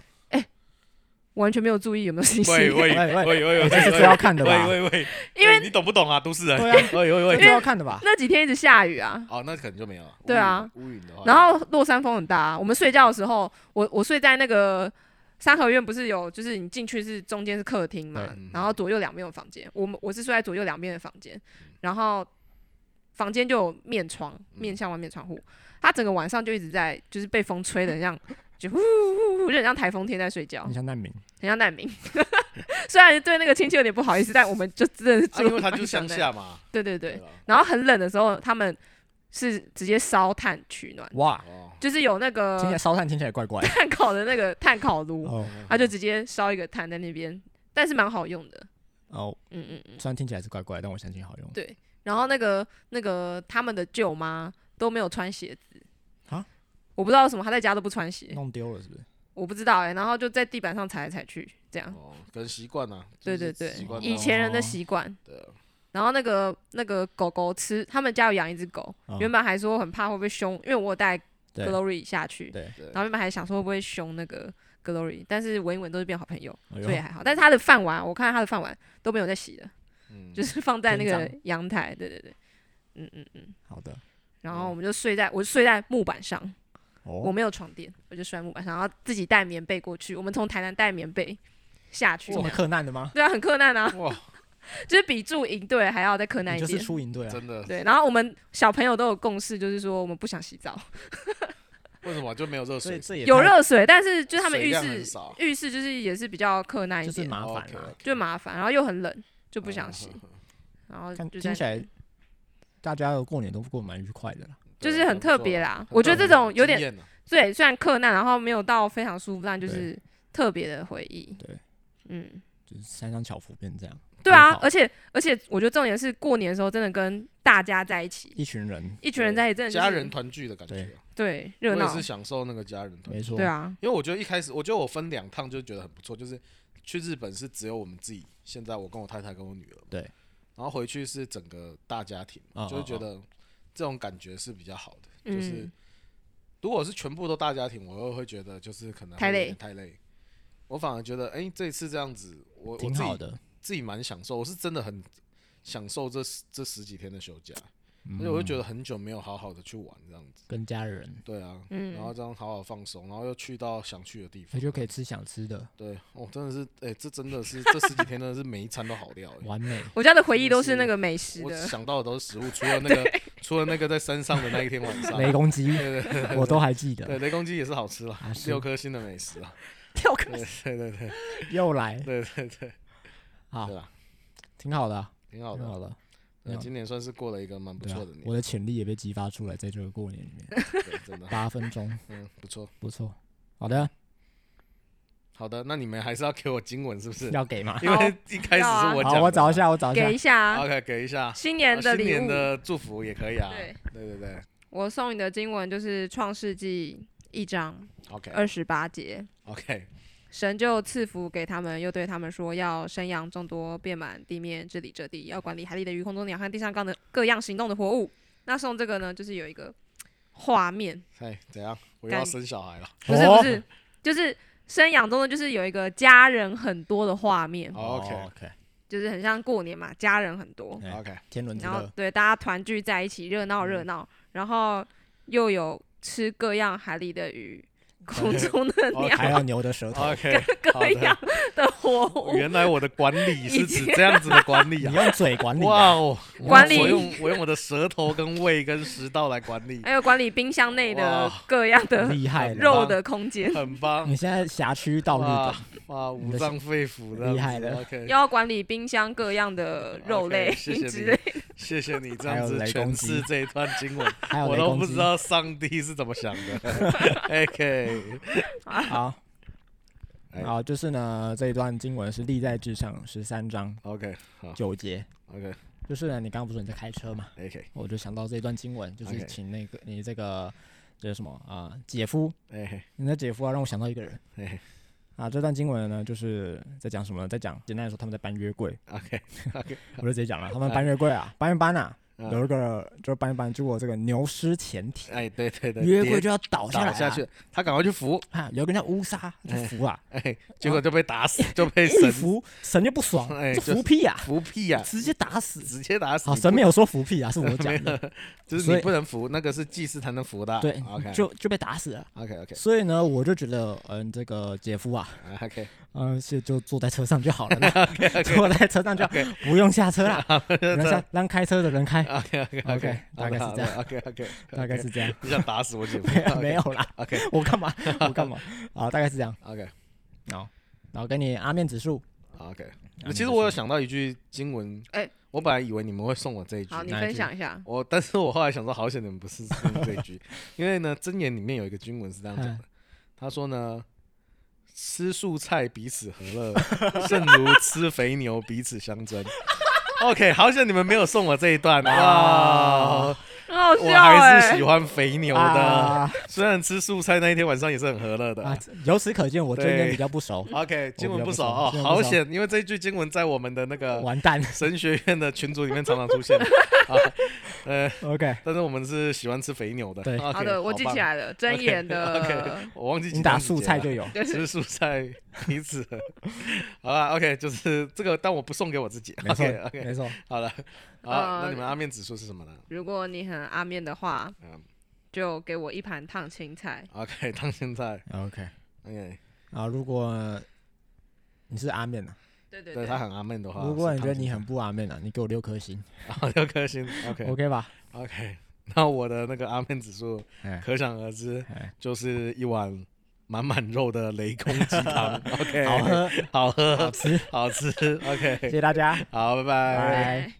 B: 完全没有注意有没有信息，
C: 喂
B: 因
D: 喂
C: 喂喂
D: 喂
C: 喂喂，
D: 哎这是
C: 喂
D: 最要看的吧
C: 喂喂喂，
B: 为
C: 你懂不懂啊，都市人？
D: 对啊，
C: 喂喂
D: 这
C: 喂，
D: 就要看的吧？
B: 那几天一直下雨啊。
C: 哦，那可能就没有了。
B: 对啊
C: 乌云，乌云的话，
B: 然后落山风很大、啊，我们睡觉的时候，我我睡在那个三合院，不是有就是你进去是中间是客厅嘛
C: 对，嗯
B: 然后左右两边有房间，我们我是睡在左右两边的房间，
C: 嗯
B: 然后房间就有面窗，面向外面窗户，他整个晚上就一直在就是被风吹的像就呼呼呼，就很像台风天在睡觉
D: 你，像难民，
B: 很像难民。 虽然对那个亲戚有点不好意思，但我们就真的是
C: 啊
B: 住、
C: 因为他 就是乡，下嗯嘛，
B: 对对对。
C: 吧
B: 然后很冷的时候，他们是直接烧炭取暖，
D: 哇，
C: 哦，
B: 就是有那
D: 听起来
B: 个
D: 烧炭听起来怪 怪。
B: 炭烤的那个炭烤炉，
D: 哦
B: 他就直接烧一个炭在那边，但是蛮好用的。
D: 哦，
B: 嗯嗯嗯，
D: 虽然听起来是怪怪，但我相信好用。
B: 对。然后那个那个他们的舅妈都没有穿鞋子
D: 啊，
B: 我不知道为什么，她在家都不穿
C: 哦
B: 鞋，
D: 弄丢了是不是？
B: 我不知道哎、然后就在地板上踩来踩去，这样。
C: 哦，可能习惯啊，
B: 对对
C: 就是
B: 对
C: 习惯，到
B: 以前人的习惯。
C: 对啊
B: 然后那个那个狗狗吃，他们家有养一只狗，
D: 嗯
B: 原本还说很怕会不会凶，因为我有带
D: 对
B: Glory 下去，
D: 对
C: 对
B: 然后原本还想说会不会凶那个 Glory，但是闻一闻都是变好朋友，
D: 哎呦
B: 所以还好。但是他的饭碗，啊我看他的饭碗都没有在洗的，
C: 嗯，
B: 就是放在那
D: 天
B: 个阳台，对对对，嗯嗯嗯。
D: 好的
B: 然后我们就睡在，我睡在木板上，我
D: 哦，
B: 没有床垫，我就睡在木板上，然后自己带棉被过去。我们从台南带棉被下去
D: 这，么克难的吗？
B: 对啊，很困难 啊。
C: 哇，
B: 就是比驻营队还要再困难
D: 你
B: 一
D: 就是
B: 点。
D: 出营队啊，
C: 真的
B: 对，然后我们小朋友都有共识，就是说我们不想洗澡，
C: 为什么就没有热
D: 所以
C: 水？
D: 这也
B: 有
D: 太
B: 热水，但是就是他们
C: 水
B: 浴
C: 量很
B: 室
C: 少，
B: 浴室就是也是比较困难一
D: 就是
B: 点，哦
D: 麻烦
C: 哦 OK
D: 了。
B: 就麻烦，然后又很冷，就不想洗
C: 嗯，嗯嗯
B: 然后
D: 看
B: 就
D: 听
B: 在
D: 起来，大家的过年都过得蛮愉快的啦。
B: 就
C: 对
B: 是很
C: 还不
B: 特
C: 错啊
B: 别啦
C: 很
B: 我觉得
C: 特别
B: 这种有点
C: 经验啊
B: 对，虽然克难，然后没有到非常舒服，但就是特别的回忆。
D: 对，
B: 嗯，
D: 就是山上巧福变这样，
B: 对啊
D: 很，好
B: 而且而且我觉得重点是过年的时候真的跟大家在一起，
D: 一群人，
B: 一群人在一起，真的、就是、
C: 家人团聚的感觉
D: 对
C: 啊，
B: 对
C: 我
B: 热
C: 也
B: 闹
C: 是，享受那个家人团
D: 没
C: 聚。
D: 错，
B: 对啊，
C: 因为我觉得一开始，我觉得我分两趟就觉得很不错，就是去日本是只有我们自己，现在我跟我太太跟我女儿嘛，
D: 对
C: 然后回去是整个大家庭嘛，
D: 哦
C: 就是觉
D: 哦
C: 得这种感觉是比较好的，
B: 嗯
C: 就是如果是全部都大家庭，我又会觉得就是可能
B: 太
C: 会有
B: 累
C: 点太累。我反而觉得，哎、这一次这样子，我我自
D: 挺好
C: 己
D: 的。嗯
C: 自己蛮享受，我是真的很享受这十这十几天的休假，而且我就觉得很久没有好好的去玩这样子，
D: 跟家人，
C: 对啊，
B: 嗯
C: 然后这样好好放松，然后又去到想去的地
D: 我
C: 方，
D: 就可以吃想吃的，
C: 对，哦，真的是，哎、这真的是这十几天真的是每一餐都好料、哎
D: 完 美。
B: 我家的回忆都是那个美食
C: 我
B: 的，
C: 想到的都是食物，除了那个，除了那个在山上的那一天晚上，
D: 雷公鸡
C: 对对 对
D: 我都还记
C: 对
D: 得，
C: 雷公鸡也是好吃啦
D: 啊，是
C: 六颗星的美食啊，
B: 跳开
C: 对对对对
D: 又来，
C: 对对对，
D: 好
C: 对，啦，
D: 挺好的啊，
C: 挺好
D: 挺好
C: 的，
D: 的，
C: 对
D: 嗯
C: 今年算是过了一个蛮不
D: 对啊
C: 错的，年，
D: 我的潜力也被激发出来，在这个过年里面，
C: 对，真的，
D: 八分钟，
C: 嗯，不错，
D: 不错，好的，
C: 好的，那你们还是要给我经文是不是？
D: 要给吗？
C: 因为一开始是我讲的嘛，
D: 好，我找一下，我找一下
B: 给，一下啊
C: ，OK，给一下
B: 新年
C: 啊
B: 的
C: 新
B: 礼
C: 年
B: 物。
C: 的祝福也可以啊，
B: 对
C: 对对对
B: 我送你的经文就是《创世纪》一章
C: ，OK
B: 二十八节。
C: OK，
B: 神就赐福给他们，又对他们说：要生养众多，遍满地面，治理这地，要管理海里的鱼、空中鸟和地上各的各样行动的活物。那送这个呢，就是有一个画面，
C: 哎，怎样？我又要
B: 干
C: 生小孩了，
B: 不是
D: 哦
B: 不是，就是生养中的就是有一个家人很多的画面，
C: 好哦 OK
D: 哦 OK，
B: 就是很像过年嘛，家人很多，
D: 哎
C: OK，
D: 天伦之
B: 然后
D: 乐，
B: 对大家团聚在一起，热闹
C: 嗯
B: 热闹，然后又有吃各样海里的鱼、空中的
C: 哦
B: 鸟、
D: 还有牛的舌头，
C: OK，好
B: 各样
C: 的。
B: 的活物。
C: 原来我的管理是
B: 已
C: 指
B: 经
C: 这样子的管理
D: 你
C: 啊！
D: 用嘴管理
C: 哇
D: 啊，
C: 哦，
B: 管理
C: 我用我用我的舌头跟胃跟食道来管 理，
B: 还有管理冰箱内的
C: 哇
B: 各样的
D: 厉害了，
B: 肉的空间，
C: 很棒
D: 你现在辖区到日
C: 哇
D: 本，
C: 哇，
D: 你
C: 五
D: 的
C: 脏肺腑的
D: 厉害了
C: OK，
B: 要管理冰箱各样 的肉
C: OK，
B: 类
C: 谢谢
B: 之
C: 你
B: 类。
C: 谢谢你这
D: 还
C: 样
D: 有
C: 子
D: 雷
C: 诠
D: 公鸡
C: 释这一段经文，
D: 还有
C: 我
D: 雷
C: 都
D: 公
C: 不
D: 鸡
C: 知，道上帝是怎么 想的。OK，
D: 好
C: 哎。
D: 好，就是呢，这一段经文是历代至上十三章
C: OK，好
D: 九节，
C: ，OK，
D: 就是呢，你刚刚不是你在开车嘛，
C: OK，
D: 我就想到这一段经文，就是
C: OK
D: 请那个你这个这是什么啊、姐夫，
C: 哎嘿，
D: 你的姐夫啊，让我想到一个人
C: 嘿嘿
D: 啊。这段经文呢，就是在讲什么呢？在讲简单来说，他们在搬约柜，
C: ，OK，OK，
D: 我就直接讲了，他们搬约柜啊，搬一搬啊，
C: 哎嗯
D: 有一个就是搬一搬，结果这个牛尸前蹄，
C: 哎，对对对，
D: 约
C: 跌
D: 柜就要倒下来啊
C: 倒
D: 了
C: 下去，他赶快去扶，
D: 啊，有一个人叫乌沙就
C: 哎
D: 服啊，
C: 哎，结果就被打死，就被
D: 一
C: 神
D: 服神就不爽，
C: 哎
D: 这
C: 就是
D: 服屁啊，
C: 扶屁呀，
D: 直接打死。
C: 直接打死。
D: 好，
C: 你
D: 神
C: 不
D: 没有说服屁啊， 是我讲的，
C: 就是
D: 所
C: 你
D: 以
C: 不能服，那个是祭司才能服的。
D: 对
C: ，OK，
D: 就就被打死了。
C: OK OK
D: 所以呢，我就觉得，嗯，这个姐夫啊，
C: OK
D: 嗯，是就坐在车上就好了 啦，
C: OK
D: 坐在车上就
C: OK
D: 不用下车 啦，让下让开车的人开，
C: OK OK
D: OK，大概是这样
C: OK 啊 OK，
D: 大概是这样。
C: 你想打死我姐夫？
D: 没有没有啦，
C: OK
D: 我干嘛 我干 嘛啊？大概是这样。
C: OK
D: 好，然后给你阿面指数，
C: OK。
D: 阿面指
C: 其实
D: 数
C: 我有想到一句经文，
B: 哎
C: 我本来以为你们会送我这一句
B: 好，，你
D: 哪一
B: 分
D: 句
B: 享一下。
C: 我但是我后来想说，好险你们不是送这一句，因为呢，箴言里面有一个经文是这样讲
D: 嗯
C: 的，他说呢。吃素菜彼此和乐，胜如吃肥牛彼此相争。OK，好险你们没有送我这一段哇！
B: 很好
C: 我
B: 笑
C: 还是
B: 哎、
C: 喜欢肥牛的，
D: 欸啊
C: 虽然吃素菜那一天晚上也是很和乐的。
D: 啊，由此可见我这边比较不熟，
C: OK，经文不熟
D: 我比较
C: 哦
D: 不熟经文不，熟
C: 好险，因为这一句经文在我们的那 个
D: 完蛋。
C: 神学院的群组里面常常出现。 啊，呃，
D: OK，
C: 但是我们是喜欢吃肥牛的。
D: 对
C: OK，
B: 好的，我记
C: 棒
B: 起，来了，睁眼的
C: OK，我忘记
D: 你
C: 几
D: 打
C: 章几
D: 素
C: 节
D: 菜
C: 了
D: 就 有。
C: 吃素菜 彼此和。好了，OK，就是这个，但我不送给我自己。
D: 没错
C: OK，OK，、
D: 没错，
C: 好了，好，
B: 呃
C: 那你们阿面指数是什么呢？
B: 如果你很阿面的话，
C: 嗯
B: 就给我一盘烫青菜。
C: ，OK，当 现在
D: OK，
C: ，OK，
D: 啊，如果你是阿面呢、啊
B: 对对
C: 对他很阿面的话，
D: 如果
C: 是
D: 你觉得
C: 烫青
D: 你
C: 菜
D: 很不阿面呢、啊你给我六颗星
C: 好，六颗星。OK
D: ，OK 吧？
C: OK，那我的那个阿面指数
D: 哎
C: 可想而知
D: 哎，
C: 就是一碗满满肉的雷公鸡 汤。OK，
D: 好喝，
C: 好喝，
D: 好吃，
C: 好吃。
D: 谢
C: OK，
D: 谢大家。
C: 好，拜拜
D: 拜
B: 对。